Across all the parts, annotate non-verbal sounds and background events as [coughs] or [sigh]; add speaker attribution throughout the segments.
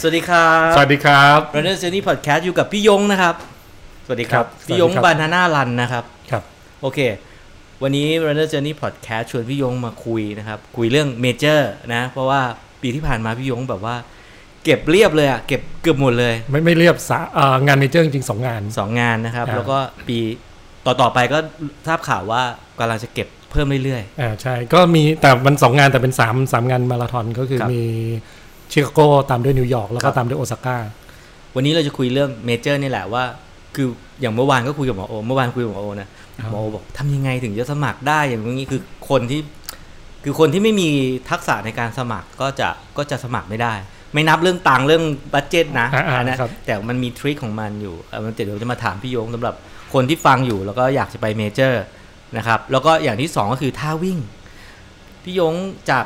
Speaker 1: สวัสดีครับ
Speaker 2: สวัสดีครับ
Speaker 1: รันเดอร์เซนี่พอดแคสต์อยู่กับพี่ยงนะครับ สวัสดีครับ
Speaker 2: ครับ
Speaker 1: พี่ยง
Speaker 2: สวัสดีครับ
Speaker 1: บานาน่ารันนะครับ
Speaker 2: ครับ
Speaker 1: โอเค วันนี้ Runner Journey Podcast ชวนพี่ยงมาคุยนะครับ คุยเรื่องเมเจอร์นะ เพราะว่าปีที่ผ่านมาพี่ยงแบบว่า เก็บเรียบเลยอะเก็บเกือบหมดเลย
Speaker 2: ไม่ไม่เรียบสาเอ่องานเมเจอร์จริงๆสองงาน
Speaker 1: 2 งานนะครับ
Speaker 2: ครับ
Speaker 1: แล้วก็ปีต่อ ๆ ไปก็ทราบข่าวว่ากำลังจะเก็บเพิ่มเรื่อย
Speaker 2: อ่าใช่ ก็มีแต่มันสองงานแต่เป็นสามสามงานมาราธอนก็คือ
Speaker 1: ครับ
Speaker 2: มีชิคาโกตามด้วยนิวยอร์กแล้ว
Speaker 1: ครั
Speaker 2: ก็
Speaker 1: บ
Speaker 2: ตามด้วยโอซาก้า
Speaker 1: ๆ วันนี้เราจะคุยเรื่องเมเจอร์นี่แหละว่า คืออย่างเมื่อวานก็คุยกับหมอโอ เมื่อวานคุยกับหมอโอนะ
Speaker 2: ครับ
Speaker 1: หมอโอบอกทำยังไงถึงจะสมัครได้อย่างนี้คือคนที่ คือคนที่ไม่มีทักษะในการสมัครก็จะก็จะสมัครไม่ได้ ไม่นับเรื่องตังค์เรื่องบัตเจตนะ
Speaker 2: อ่าอ่า
Speaker 1: อันนั้น
Speaker 2: ครับ
Speaker 1: แต่มันมีทริคของมันอยู่เอ่อมันเดี๋ยวจะมาถามพี่โยงสำหรับคนที่ฟังอยู่แล้วก็อยากจะไปเมเจอร์นะครับแล้วก็อย่างที่สองก็คือท่าวิ่ง พี่โยงจาก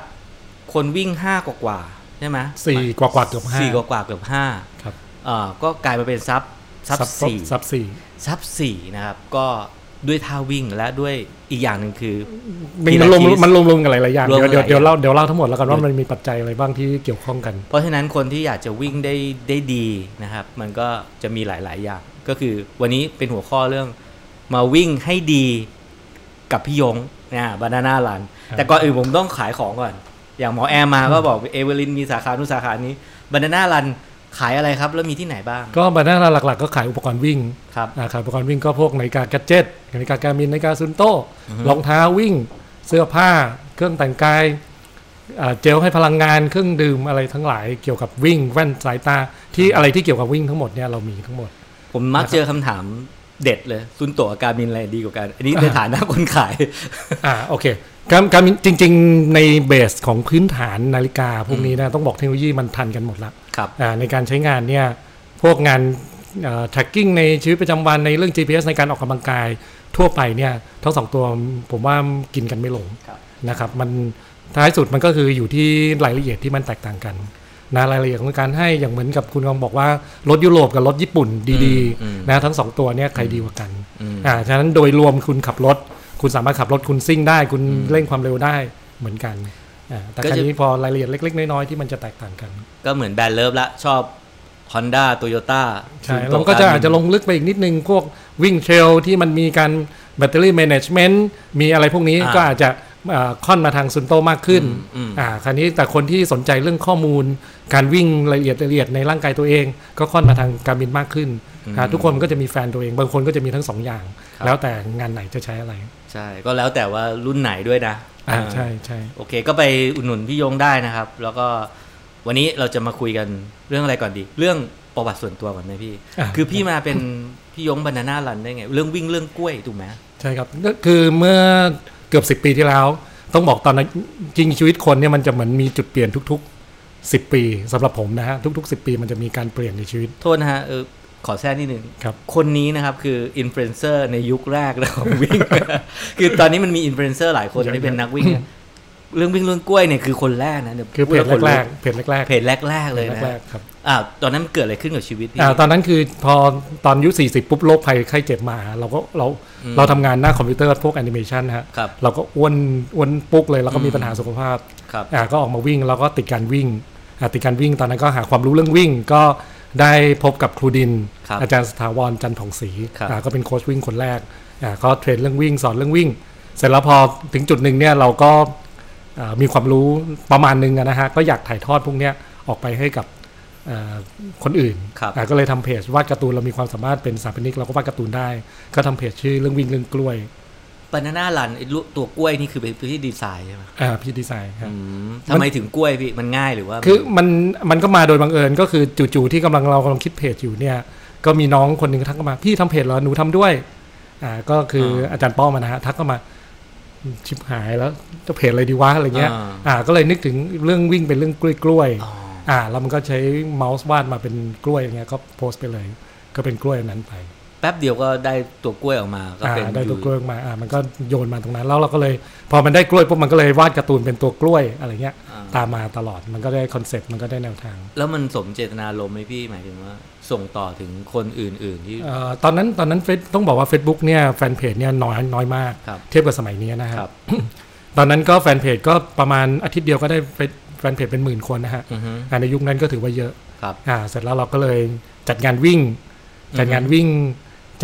Speaker 1: คนวิ่งห้ากว่ากว่าๆใช่ไหม
Speaker 2: สี่กว่ากว่าเกือบห้า
Speaker 1: สี่กว่ากว่าๆเกือบห้า
Speaker 2: ครับ
Speaker 1: เอ่อก็กลายมาเป็นซับซับสี่
Speaker 2: ซับสี่
Speaker 1: ซับสี่นะครับ ก็ด้วยท่าวิ่งและด้วยอีกอย่างหนึ่งคือ
Speaker 2: มัน
Speaker 1: ทีละ
Speaker 2: รวม
Speaker 1: ที
Speaker 2: มันรวมรวมกันหลายๆอย่าง
Speaker 1: รวม
Speaker 2: เดี๋ย
Speaker 1: กั
Speaker 2: วเดี๋ย
Speaker 1: น
Speaker 2: ว
Speaker 1: หลายอย่าง
Speaker 2: เดี๋ยวเล่าเดี๋ยวเล่าทั้งหมดแล้วกันว่ามันมีปัจจัยอะไรบ้างที่เกี่ยวข้องกัน
Speaker 1: เพราะฉะนั้นคนที่อยากจะวิ่งได้ได้ดีนะครับ มันก็จะมีหลาย ๆ อย่าง ก็คือวันนี้เป็นหัวข้อเรื่องมาวิ่งให้ดีกับพี่ยงนะบานาน่ารัน
Speaker 2: ครับ
Speaker 1: แต่ก่อนอื่นผมต้องขายของก่อน อย่างหมอแอมมาก็บอกเอเวอร์ลินมีสาขานู้นสาขานี้บานาน่ารันขายอะไรครับ แล้วมีที่ไหนบ้าง
Speaker 2: ก็บรรดาหลักๆ ก็ขายอุปกรณ์วิ่ง
Speaker 1: ครับ
Speaker 2: อ่าขายอุปกรณ์วิ่งก็พวกนาฬิกาแกดเจิตนาฬิกาการมินนาฬิกาซุนโต
Speaker 1: อือฮึ
Speaker 2: รองเท้าวิ่ง เสื้อผ้า เครื่องแต่งกายอ่าเจลให้พลังงานเครื่องดื่มอะไรทั้งหลายเกี่ยวกับวิ่งแว่นสายตาที่อะไรที่เกี่ยวกับวิ่งทั้งหมดเนี่ยเรามีทั้งหมด
Speaker 1: ผมมักเจอคำถามเด็ดเลยซุนโตะกับการมินอะไรดีกว่ากัน อันนี้ในฐานะคนขาย [laughs]
Speaker 2: อ่าโอเคการการจริง ๆ ในเบสของพื้นฐานนาฬิกาพวกนี้นะต้องบอกเทคโนโลยีมันทันกันหมดละ
Speaker 1: ครับ
Speaker 2: อ่าในการใช้งานเนี่ยพวกงานเอ่อ tracking ในชีวิตประจำวันในเรื่อง GPS ในการออกกำลังกายทั่วไปเนี่ยทั้งสองตัวผมว่ากินกันไม่ลง
Speaker 1: ครับ
Speaker 2: นะครับมันท้ายสุดมันก็คืออยู่ที่รายละเอียดที่มันแตกต่างกันนะรายละเอียดของการให้อย่างเหมือนกับคุณกองบอกว่ารถยุโรปกับรถญี่ปุ่นดี
Speaker 1: อืม
Speaker 2: ๆนะทั้งสองตัวเนี่ยใครดีกว่ากัน
Speaker 1: อืม
Speaker 2: อ่าฉะนั้นโดยรวมคุณขับรถ คุณสามารถขับรถคุณซิ่งได้ คุณเร่งความเร็วได้เหมือนกันอ่าแต่
Speaker 1: ก็
Speaker 2: ครั้
Speaker 1: จะ
Speaker 2: นี้พอรายละเอียดเล็ก ๆ น้อยๆที่มันจะแตกต่างกัน
Speaker 1: ก็เหมือนแบรนด์เลิฟละ ชอบ Honda Toyota
Speaker 2: ใช่
Speaker 1: ซูโต
Speaker 2: เราก็จะอาจจะล
Speaker 1: ก
Speaker 2: งลึกไปอีกนิดนึง พวกวิ่งเทรลที่มันมีการแบตเตอรี่แมネจเมนต์มีอะไรพวกนี้ก็อาจจะเอ่อค่อนมาทางซุนโตมากขึ้น
Speaker 1: อืม
Speaker 2: อ่าคราวนี้แต่คนที่สนใจเรื่องข้อมูล การวิ่งละเอียดละเอียดในร่างกายตัวเอง ก็ค่อนมาทางการบินมากขึ้นอ่าทุกคนก็จะมีแฟนตัวเอง บางคนก็จะมีทั้งสองอย่าง แล้วแต่งานไหนจะใช้อะไร
Speaker 1: ใช่ ก็แล้วแต่ว่ารุ่นไหนด้วยนะ
Speaker 2: อ่า
Speaker 1: อ่า
Speaker 2: ใช่ใช่
Speaker 1: โอเค ก็ไปอุดหนุนพี่ยงได้นะครับ แล้วก็วันนี้เราจะมาคุยกันเรื่องอะไรก่อนดี เรื่องประวัติส่วนตัวก่อนไหมพี่
Speaker 2: า
Speaker 1: คือพี่มาเป็น พี่ยงบานาน่ารันได้ไง เรื่องวิ่งเรื่องกล้วยถูกไหม
Speaker 2: ใช่ครับก็คือเมื่อเกือบ 10 ปีที่แล้ว ต้องบอกตอนนั้นจริงชีวิตคนเนี่ยมันจะเหมือนมีจุดเปลี่ยนทุก ๆ 10 ปีสำหรับผมนะฮะทุก ๆ 10 ปีมันจะมีการเปลี่ยนในชีวิต
Speaker 1: โทษนะฮะเออขอแทรกนิดนึง
Speaker 2: ครับ
Speaker 1: คนนี้นะครับคืออินฟลูเอนเซอร์ในยุคแรกนะของ [laughs] วิ่ง คือตอนนี้มันมีอินฟลูเอนเซอร์หลายคนที่เป็นนักวิ่งเนี่ยเรื่องวิ่งเรื่องกล้วยเนี่ยคือคนแรกนะดี๋ยว
Speaker 2: คือเพจ
Speaker 1: พูดล้ว
Speaker 2: แรก
Speaker 1: ขนลุ
Speaker 2: ๆเพจแรก
Speaker 1: เพจแรก ๆ เลย
Speaker 2: เพจ
Speaker 1: นะ
Speaker 2: แรกๆครับ
Speaker 1: อ่าตอนนั้นเกิดอะไรขึ้นกับชีวิตพี่
Speaker 2: อ่าตอนนั้นคือพอตอนอายุ40 ปุ๊บโรคภัยไข้เจ็บมา เราก็เรา
Speaker 1: อืม
Speaker 2: เราทำงานหน้าคอมพิวเตอร์พวกแอนิเมชันฮะ
Speaker 1: ครับ
Speaker 2: เราก็อ้วนอ้วนปุ๊กเลยแล้วก็มี
Speaker 1: อืม
Speaker 2: ปัญหาสุขภาพ
Speaker 1: ครับ
Speaker 2: อ่าก็ออกมาวิ่งแล้วก็ติดการวิ่งอ่าติดการวิ่งตอนนั้นก็หาความรู้เรื่องวิ่ง ก็ได้พบกับครูดิน
Speaker 1: ครับ
Speaker 2: อาจารย์สถาวรจันทร์ผ่องศรี
Speaker 1: ครับ
Speaker 2: อ่าก็เป็นโค้ชวิ่งคนแรกอ่าก็เทรนเรื่องวิ่งสอนเรื่องวิ่ง เสร็จแล้วพอถึงจุดหนึ่งเนี่ยเราก็อ่ามีความรู้ประมาณหนึงอะนะฮะก็อยากถ่ายทอดพวกเนี้ยออกไปให้กับอ่าคนอื่น
Speaker 1: ครับ
Speaker 2: อ่าก็เลยทำเพจวาดการ์ตูนเรามีความสามารถเป็นสถาปนิกเราก็วาดการ์ตูนได้ ก็ทำเพจชื่อเรื่องวิ่งเรื่องกล้วย
Speaker 1: บานาน่ารันไอ้ลูกตัวกล้วยนี่คือเป็นพื้นที่ดีไซน์ใช่ไหม
Speaker 2: อ่าพี่ดีไซน์ครับ
Speaker 1: อืมทำไมถึงกล้วยพี่มันง่ายหรือว่า
Speaker 2: คือมันมันก็มาโดยบังเอิญก็คือจู่ๆที่กำลังเรากำลังคิดเพจอยู่เนี่ยก็มีน้องคนหนึ่งทักเข้ามาพี่ทำเพจเหรอหนูทำด้วยอ่าก็คืออาจารย์ป้อมอะนะฮะทักเข้ามาชิบหายแล้วจะเพจอะไรดีวะอะไรเงี้ย
Speaker 1: า
Speaker 2: อ่าก็เลยนึกถึงเรื่องวิ่งเป็นเรื่องกล้วยกล้วยๆ
Speaker 1: อ๋อ
Speaker 2: อ่าแล้วมันก็ใช้เมาส์วาดมาเป็นกล้วยอย่างเงี้ยก็โพสต์ไปเลย ก็เป็นกล้วยอันนั้นไป
Speaker 1: แป๊บเดียวก็ได้ตัวกล้วยออกมาก็
Speaker 2: อ่า
Speaker 1: เป็น
Speaker 2: ได้
Speaker 1: อ
Speaker 2: ตัว
Speaker 1: ยู่
Speaker 2: กล้วยมาอ่ามันก็โยนมาตรงนั้นแล้วเราก็เลย พอมันได้กล้วยปุ๊บมันก็เลยวาดการ์ตูนเป็นตัวกล้วยอะไรเงี้ย
Speaker 1: อ่า
Speaker 2: ตามมาตลอดมันก็ได้คอนเซปต์มันก็ได้แนวทาง
Speaker 1: แล้วมันสมเจตนารมณ์ไหมพี่หมายถึงว่า ส่งต่อถึงคนอื่น ๆ ที่
Speaker 2: เอ่อตอนนั้นตอนนั้นเฟซต้องบอกว่า Facebook เนี่ยแฟนเพจเนี่ยน้อยน้อยมาก
Speaker 1: ครับ
Speaker 2: เทียบกับสมัยนี้นะค
Speaker 1: ครั
Speaker 2: รับ บ ตอนนั้นก็แฟนเพจก็ประมาณอาทิตย์เดียวก็ได้เฟซ ฟนเพจเป็นหมื่นคนนะฮะ
Speaker 1: อือฮึ
Speaker 2: อ่าในยุคนั้นก็ถือว่าเยอะ
Speaker 1: ครับ
Speaker 2: อ่าเสร็จแล้วเราก็เลยจัดงานวิ่ง จัดงานวิ่ง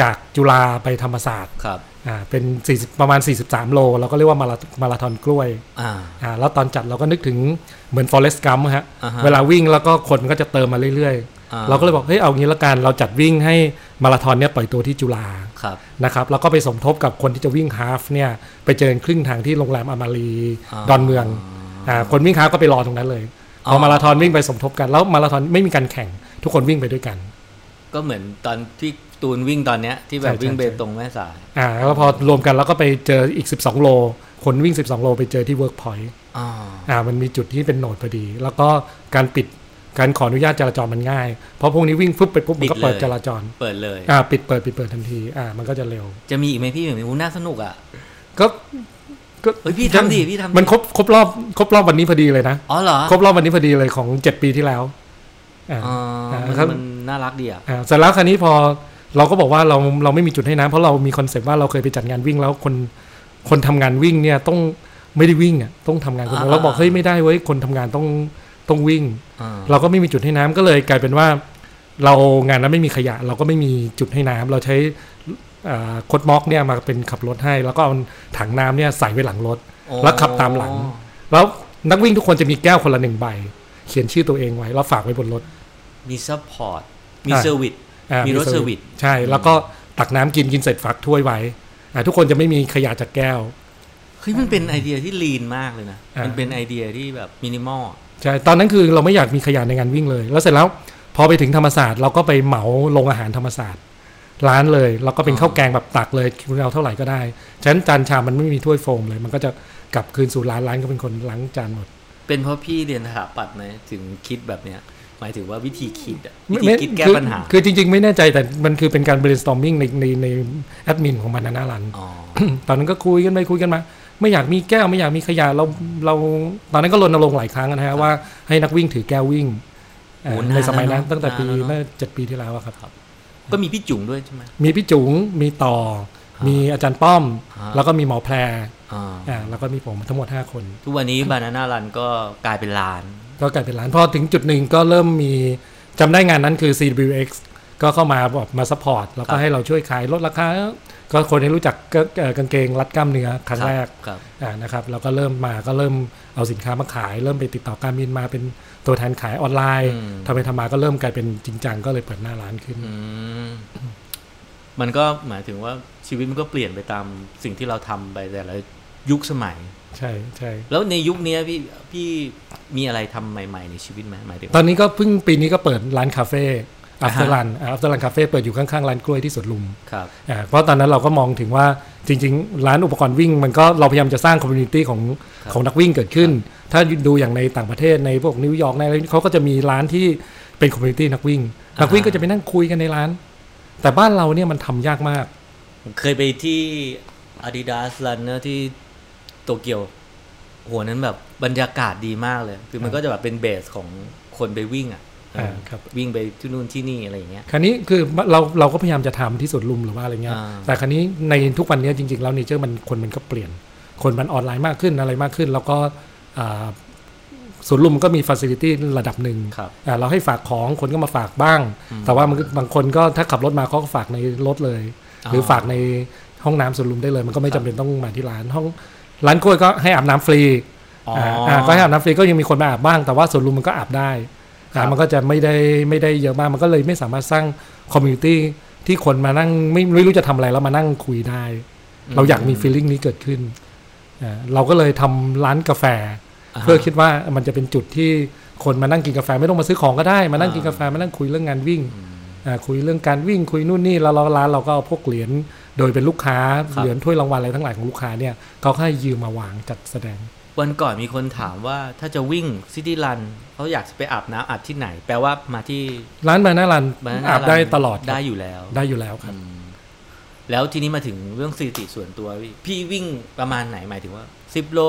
Speaker 2: จากจุฬาไปธรรมศาสตร์
Speaker 1: ครับ
Speaker 2: อ่าเป็น40ประมาณ 43 โล เราก็เรียกว่ามารามาราธอนกล้วย
Speaker 1: อ่า
Speaker 2: อ่าแล้วตอนจัดเราก็นึกถึงเหมือน Forest Gump ฮะ
Speaker 1: อ่าฮะ
Speaker 2: เวลาวิ่งแล้วก็คนก็จะเติมมาเรื่อย
Speaker 1: อ่
Speaker 2: ๆ เราก็เลยบอกเฮ้ยเอางี้ละกันเราจัดวิ่งให้มาราธอนเนี่ยปล่อยตัวที่จุฬา
Speaker 1: ครับ
Speaker 2: นะครับแล้วก็ไปสมทบกับคนที่จะวิ่งฮาล์ฟเนี่ยไปเจอกันครึ่งทางที่โรงแรมอามารี
Speaker 1: อ่า
Speaker 2: ดอนเมืองอ่าคนวิ่งฮาล์ฟก็ไปรอตรงนั้นเลย
Speaker 1: อ๋อ
Speaker 2: พอมาราธอนวิ่งไปสมทบกันแล้วมาราธอนไม่มีการแข่ง ทุกคนวิ่งไปด้วยกัน
Speaker 1: ก็เหมือนตอนที่ตูนวิ่งตอนเนี้ยที่แบบ
Speaker 2: ใช่ใช่
Speaker 1: วิ่งเบตงแม่สาย
Speaker 2: อ่าแล้วพอรวมกันแล้วก็ไปเจออีก 12 โล คนวิ่ง 12 โล ไปเจอที่เวิร์กพอยต์
Speaker 1: อ๋อ
Speaker 2: อ่ามันมีจุดที่เป็นโหนดพอดี แล้วก็การปิดการขออนุญาตจราจรมันง่าย เพราะพวกนี้วิ่งฟึบไปปุ๊บมันก็เปิดจราจร
Speaker 1: เปิดเลย
Speaker 2: อ่าปิดเปิดปิดเปิดทันทีอ่ามันก็จะเร็ว
Speaker 1: จะมีอีกไหมพี่เหมือนมีน่าสนุกอ่ะ
Speaker 2: ก็ก็
Speaker 1: เฮ้ยพี่ทำดิพี่ทำดิ
Speaker 2: มันครบครบรอบครบรอบวันนี้พอดีเลยนะ
Speaker 1: อ๋อเหรอ
Speaker 2: ครบรอบวันนี้พอดีเลยของเจ็ดปีที่แล้วอ่า
Speaker 1: อ๋อมัน
Speaker 2: ครับ
Speaker 1: มันน่ารักดีอ่ะ
Speaker 2: อ่าเสร็จแล้วคราวนี้พอเราก็บอกว่าเราเราไม่มีจุดให้น้ำเพราะเรามีคอนเซปต์ว่าเราเคยไปจัดงานวิ่งแล้วคนคนทำงานวิ่งเนี่ยต้องไม่ได้วิ่งอ่ะต้องทำงานคนเดียวเราบอกเฮ้ยไม่ได้เว้ยคนทำงานต้องต้องวิ่ง
Speaker 1: อ่า
Speaker 2: เราก็ไม่มีจุดให้น้ำก็เลยกลายเป็นว่า เรางานนั้นไม่มีขยะ เราก็ไม่มีจุดให้น้ำเราใช้อ่าโคดม็อกเนี่ยมาเป็นขับรถให้ แล้วก็เอาถังน้ำเนี่ยใส่ไว้หลังรถ
Speaker 1: โอ้
Speaker 2: แล้วขับตามหลัง แล้วนักวิ่งทุกคนจะมีแก้วคนละหนึ่งใบ เขียนชื่อตัวเองไว้แล้วฝากไว้บนรถ
Speaker 1: มีซัพพอร์ตมี
Speaker 2: อ่า
Speaker 1: เซอร์วิส
Speaker 2: อ่า
Speaker 1: มีรถเซอร์วิส
Speaker 2: ใช่ แล้วก็ตักน้ำกินกินเสร็จฝักถ้วยไว้อ่าทุกคนจะไม่มีขยะจากแก้ว
Speaker 1: เฮ้ยมันเป็นไอเดียที่ลีนมากเลยนะ
Speaker 2: อ่ามั
Speaker 1: มันเป็นไอเดียที่แบบมินิมอล
Speaker 2: ใช่ตอนนั้นคือเราไม่อยากมีขยะในงานวิ่งเลย แล้วเสร็จแล้วพอไปถึงธรรมศาสตร์ เราก็ไปเหมาโรงอาหารธรรมศาสตร์ ร้านเลยแล้วก็เป็น
Speaker 1: อ๋อ
Speaker 2: ข้าวแกงแบบตักเลยคุณเอาเท่าไหร่ก็ได้ฉะนั้นจานชามมันไม่มีถ้วยโฟมเลย มันก็จะกลับคืนสู่ร้านร้านก็เป็นคนล้างจานหมด
Speaker 1: เป็นเพราะพี่เรียนสถาปัตย์ไหมถึงคิดแบบเนี้ย หมายถึงว่าวิธีคิดอะวิธี
Speaker 2: ไม่ไม่
Speaker 1: คิดแก้
Speaker 2: อ
Speaker 1: ปัญหา
Speaker 2: คือจริง ๆ ไม่แน่ใจแต่มันคือเป็นการ brainstorming ในในในแอดมินของมันนะหนารัน
Speaker 1: อ๋อ
Speaker 2: ตอนนั้นก็คุยกันไปคุยกันมา ไม่อยากมีแก้วไม่อยากมีขยะเราเราตอนนั้นก็รณรงค์หลายครั้งนะฮะว่าให้นักวิ่งถือแก้ววิ่งเอ่อ
Speaker 1: โอ้นาน
Speaker 2: ในสมัยนั้น
Speaker 1: แล้วเนอะ
Speaker 2: ตั้งแต่ปี
Speaker 1: นานแล้วเนอะ
Speaker 2: น่าเจ็ดปีที่แล้วอะครับ
Speaker 1: ก็มีพี่จุ๋งด้วยใช่ไหม
Speaker 2: มีพี่จุ๋งมีต่อ มีอาจารย์ป้อม
Speaker 1: อ่า
Speaker 2: แล้วก็มีหมอแพร
Speaker 1: อ่า
Speaker 2: อ่าแล้วก็มีผมทั้งหมด 5 คน
Speaker 1: ทุกวันนี้บานาน่ารันก็กลายเป็นร้าน
Speaker 2: ก็กลายเป็นร้านพอถึงจุดหนึ่งก็เริ่มมีจำได้งานนั้นคือ CWX ก็เข้ามาแบบมาซัพพอร์ตแล้ว
Speaker 1: ค
Speaker 2: ก็
Speaker 1: รับ
Speaker 2: ให้เราช่วยขายลดราคาก็คนให้รู้จักก็เอ่อกางเกงรัดกล้ามเนื้อครั้งแรก
Speaker 1: ครับ
Speaker 2: อ่านะครับเราก็เริ่มมาก็เริ่มเอาสินค้ามาขาย เริ่มไปติดต่อการบินมาเป็นตัวแทนขายออนไลน์
Speaker 1: อืม
Speaker 2: ทำไปทำมาก็เริ่มกลายเป็นจริงจังก็เลยเปิดหน้าร้านขึ้น
Speaker 1: อืมมันก็หมายถึงว่าชีวิตมันก็เปลี่ยนไปตามสิ่งที่เราทำไปแต่ละยุคสมัย
Speaker 2: ใช่ใช่
Speaker 1: แล้วในยุคเนี้ยพี่พี่มีอะไรทำใหม่ ๆ ในชีวิตไหมหมายถึง
Speaker 2: ตอนนี้ก็เพิ่งปีนี้ก็เปิดร้านคาเฟ่อัฟเตอร์รันอัฟเตอร์รันคาเฟ่เปิดอยู่ข้างๆร้านกล้วยที่สวนลุม
Speaker 1: ครับ
Speaker 2: อ่าเพราะตอนนั้นเราก็มองถึงว่าจริง ๆ ร้านอุปกรณ์วิ่ง มันก็เราพยายามจะสร้างคอมมูนิตี้ของ
Speaker 1: ครับ
Speaker 2: ของนักวิ่งเกิดขึ้น ถ้าดูอย่างในต่างประเทศในพวกนิวยอร์กในอะไรเขาก็จะมีร้านที่เป็นคอมมูนิตี้นักวิ่งนักวิ่ง
Speaker 1: อ่า
Speaker 2: ก็จะไปนั่งคุยกันในร้าน แต่บ้านเราเนี่ยมันทำยากมาก
Speaker 1: ผมเคยไปที่ Adidas Runner ที่โตเกียวโหัวนั้นแบบบรรยากาศดีมากเลย คือมันก็จะแบบเป็นเบสของคนไปวิ่งอ่ะเออ
Speaker 2: อ่าครับ
Speaker 1: วิ่งไปที่นู่นที่นี่อะไรอย่างเงี้ย
Speaker 2: คราวนี้คือเราเราก็พยายามจะทำที่สวนลุมหรือว่าอะไรเงี้ย
Speaker 1: อ่า
Speaker 2: แต่คราวนี้ในทุกวันเนี้ยจริงๆแล้วเนเจอร์มันคนมันก็เปลี่ยน คนมันออนไลน์มากขึ้นอะไรมากขึ้น แล้วก็อ่าสวนลุมก็มีฟ a ซิลิตี้ระดับหนึ่ง
Speaker 1: ครับ
Speaker 2: อ่าเราให้ฝากของคนก็มาฝากบ้าง แต่ว่ามันก็บางคนก็ถ้าขับรถมาเขาก็ฝากในรถเลย
Speaker 1: อ่า
Speaker 2: หรือฝากในห้องน้ำสวนลุมได้เลย มันก็ไม่
Speaker 1: ครับ
Speaker 2: จำเป็นต้องมาที่ร้านห้องร้านกล้วยก็ให้อาบน้ำฟรี
Speaker 1: อ๋อ
Speaker 2: าาก็ให้อาบน้ำฟรีก็ยังมีคนมาอาบบ้าง แต่ว่าสวนลุมมันก็อาบได้
Speaker 1: ครับ
Speaker 2: อ่ามันก็จะไม่ได้ไม่ได้เยอะมากมันก็เลยไม่สามารถสร้างคอมมูนิตี้ที่คนมานั่งไม่ไม่รู้จะทำอะไรแล้วมานั่งคุยได้ เราอยากมีฟีลลิ่งนี้เกิดขึ้นอ่าเราก็เลยทำร้านกาแฟ เพื่อคิดว่ามันจะเป็นจุดที่คนมานั่งกินกาแฟไม่ต้องมาซื้อของก็ได้มานั่งกินกาแฟมานั่งคุยเรื่องงานวิ่งอ่าคุยเรื่องการวิ่งคุยนู่นนี่แล้วเราร้านเราก็เอาพวกเหรียญโดยเป็นลูกค้า
Speaker 1: ครับ
Speaker 2: เหรียญถ้วยรางวัลอะไรทั้งหลายของลูกค้าเนี่ยเขาก็ให้ยืมมาวางจัดแสดง
Speaker 1: วันก่อนมีคนถามว่าถ้าจะวิ่งซิตี้รันเขาอยากจะไปอาบน้ำอาบที่ไหน แปลว่ามาที่
Speaker 2: ร้านบานารัน
Speaker 1: บน
Speaker 2: อาบได้ตลอดครับ
Speaker 1: ได้อยู่แล้ว
Speaker 2: ได้อยู่แล้วครับ
Speaker 1: อืมแล้วทีนี้มาถึงเรื่องสถิติส่วนตัว พี่พี่วิ่งประมาณไหนหมายถึงว่าสิบโล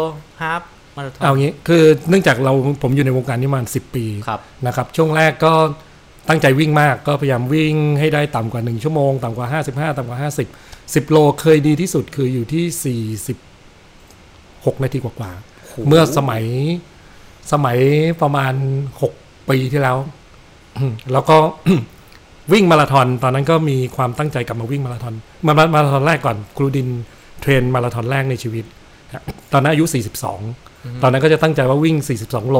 Speaker 1: ฮาล์ฟมาราธอน
Speaker 2: เอางี้คือเนื่องจากเราผมอยู่ในวงการนี้มาสิบปี
Speaker 1: ครับ
Speaker 2: นะครับช่วงแรกก็ตั้งใจวิ่งมากก็พยายามวิ่งให้ได้ต่ำกว่า 1 ชั่วโมง ต่ำกว่า 55 ต่ำกว่า 50 10 โลเคยดีที่สุดคืออยู่ที่ 46 นาทีกว่าๆเมื่อสมัย สมัยประมาณหกปีที่แล้ว [coughs] แล้วก็ [coughs] วิ่งมาราธอนตอนนั้นก็มีความตั้งใจกลับมาวิ่งมาราธอนมามามาราธอนแรกก่อนครูดินเทรนมาราธอนแรกในชีวิต [coughs] นะตอนนั้นอายุ
Speaker 1: อือฮึ
Speaker 2: 42 ตอนนั้นก็จะตั้งใจว่าวิ่ง 42 โล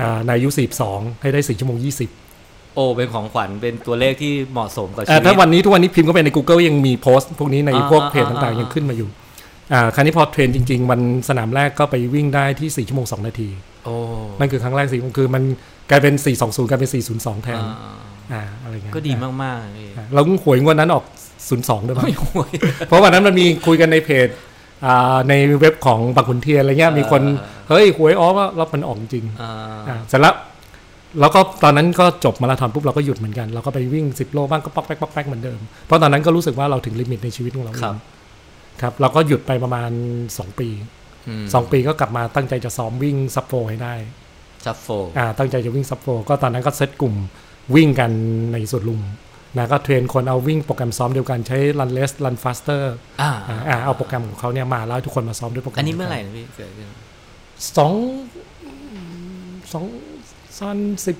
Speaker 2: นะในอายุ 42 ให้ได้ 4 ชั่วโมง 20
Speaker 1: โอ้เป็นของขวัญเป็นตัวเลขที่เหมาะสมกับชี
Speaker 2: อ่า
Speaker 1: วิต
Speaker 2: ถ้าวันนี้ทุกวันนี้พิมพ์เข้าไปใน Google ยังมีโพสต์ พวกนี้ใน
Speaker 1: อ่า
Speaker 2: พวก
Speaker 1: อ่า
Speaker 2: เพจต่าง
Speaker 1: อ่า
Speaker 2: ๆ
Speaker 1: ยั
Speaker 2: ยังขึ้นมาอยู่อ่าคราวนี้พอเทรนจริง ๆ วันสนามแรกก็ไปวิ่งได้ที่ 4 ชั่วโมง 2 นาที
Speaker 1: โอ้
Speaker 2: นั่นคือครั้งแรกสี่คือมันกลายเป็น 420 กลายเป็น 402 แทน
Speaker 1: อ่า
Speaker 2: อ่าอะไรเงี้ย
Speaker 1: ก็ดีมากๆเลย
Speaker 2: อ่าแล้วหวยงวดนั้นออก 02 ด้วยมั้ง
Speaker 1: โอ้ย
Speaker 2: [laughs] เพราะวันนั้นมันมีคุยกันในเพจอ่าในเว็บของบางขุนเทียนอะไรเงี้ยมีคน
Speaker 1: อ่า
Speaker 2: เฮ้ยหวยออกแล้วมันออกจริง
Speaker 1: อ่า
Speaker 2: อ่าเสร็จแล้วแล้วก็ตอนนั้นก็จบมาราธอนปุ๊บเราก็หยุดเหมือนกัน เราก็ไปวิ่ง 10 โลบ้างก็ป๊อกแป๊กป๊อกแป๊กเหมือนเดิม เพราะตอนนั้นก็รู้สึกว่าเราถึงลิมิตในชีวิตของเรา
Speaker 1: ครับ
Speaker 2: เองครับเราก็หยุดไปประมาณ 2 ปี
Speaker 1: ม
Speaker 2: 2 ปีก็กลับมาตั้งใจจะซ้อมวิ่งซับโฟให้ได้
Speaker 1: ซับโฟ
Speaker 2: อ่าตั้งใจจะวิ่งซับโฟก็ตอนนั้นก็เซตกลุ่มวิ่งกันในสวนลุมนะก็เทรนคนเอาวิ่งโปรแกรมซ้อมเดียวกันใช้ run less run faster
Speaker 1: อ่า
Speaker 2: อ่าอ่าเอาโปรแกรมของเขาเนี่ยมาแล้วให้ทุกคนมาซ้อมด้วยโปรแกรม
Speaker 1: อันนี้เมื่อ
Speaker 2: ดียวกั
Speaker 1: ไหร่นะพี่เกิดขึ้น
Speaker 2: สองสองสันสิบ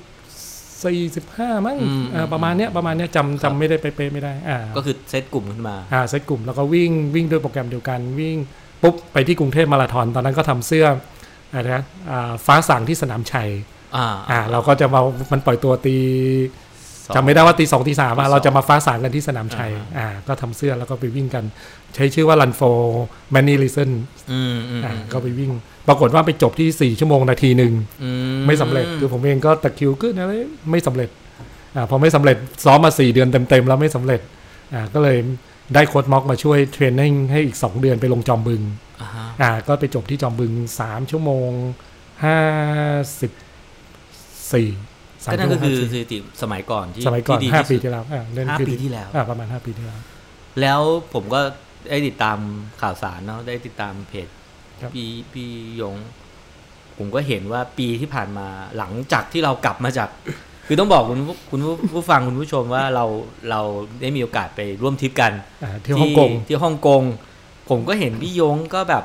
Speaker 2: สี่สิบห้ามั้งอ่าประมาณเนี้ยประมาณเนี้ยจำจำไม่ได้เป๊ะๆไม่ได้อ่า
Speaker 1: ก็คือเซตกลุ่มขึ้นมา
Speaker 2: อ่าเซตกลุ่มแล้วก็วิ่งวิ่งด้วยโปรแกรมเดียวกันวิ่งปุ๊บไปที่กรุงเทพมาราธอนตอนนั้นก็ทำเสื้ออะไรนะอ่าฟ้าสั่งที่สนามชัย
Speaker 1: อ่า
Speaker 2: อ่าเราก็จะมามันปล่อยตัวตี
Speaker 1: สอง
Speaker 2: จำไม่ได้ว่าตีสองตีสาม
Speaker 1: ตีสอ
Speaker 2: อ่ะ
Speaker 1: ง
Speaker 2: เราจะมาฟ้าสั่งกันที่สนามชัยอ่าก็ทำเสื้อแล้วก็ไปวิ่งกัน ใช้ชื่อว่า Run for Many Reason
Speaker 1: ืมอืม
Speaker 2: อ่าก็ไปวิ่ง ปรากฏว่าไปจบที่สี่ชั่วโมงนาทีหนึ่ง
Speaker 1: อื
Speaker 2: ไม่สำเร็จคือผมเองก็ตะคริวขึ้นอะไรไม่สำเร็จอ่าพอไม่สำเร็จซ้อมมาสี่เดือนเต็มๆแล้วไม่สำเร็จอ่าก็เลยได้โค้ดม็อกมาช่วยเทรนนิ่งให้อีก 2 เดือนไปลงจอมบึง
Speaker 1: อ่าฮะ
Speaker 2: อ่าก็ไปจบที่จอมบึง 3 ชั่วโมง 54สาม
Speaker 1: ก็นั่
Speaker 2: ชั่ว
Speaker 1: ก็
Speaker 2: น โมง
Speaker 1: คือ
Speaker 2: ห้า
Speaker 1: ส
Speaker 2: สิบ
Speaker 1: ถิติสมัยก่อนที่
Speaker 2: สมัยก่อน
Speaker 1: ที่ดี
Speaker 2: 5 ปี
Speaker 1: ที่สุด
Speaker 2: ที่แล้วอ่านั่น
Speaker 1: ห้า
Speaker 2: คือ
Speaker 1: ปีที่แล้ว
Speaker 2: อ่าประมาณ 5 ปีที่แล้ว
Speaker 1: แล้วผมก็ได้ติดตามข่าวสารเนาะได้ติดตามเพจ
Speaker 2: ครับ
Speaker 1: พี่พี่ยง ผมก็เห็นว่าปีที่ผ่านมาหลังจากที่เรากลับมาจาก [coughs] คือต้องบอกคุณผู้คุณผู้ผู้ฟังคุณผู้ชมว่าเราเราได้มีโอกาสไปร่วมทริปกัน
Speaker 2: อ่าที่ฮ่องกง
Speaker 1: ที่ฮ่องกง ผมก็เห็นพี่ยงก็แบบ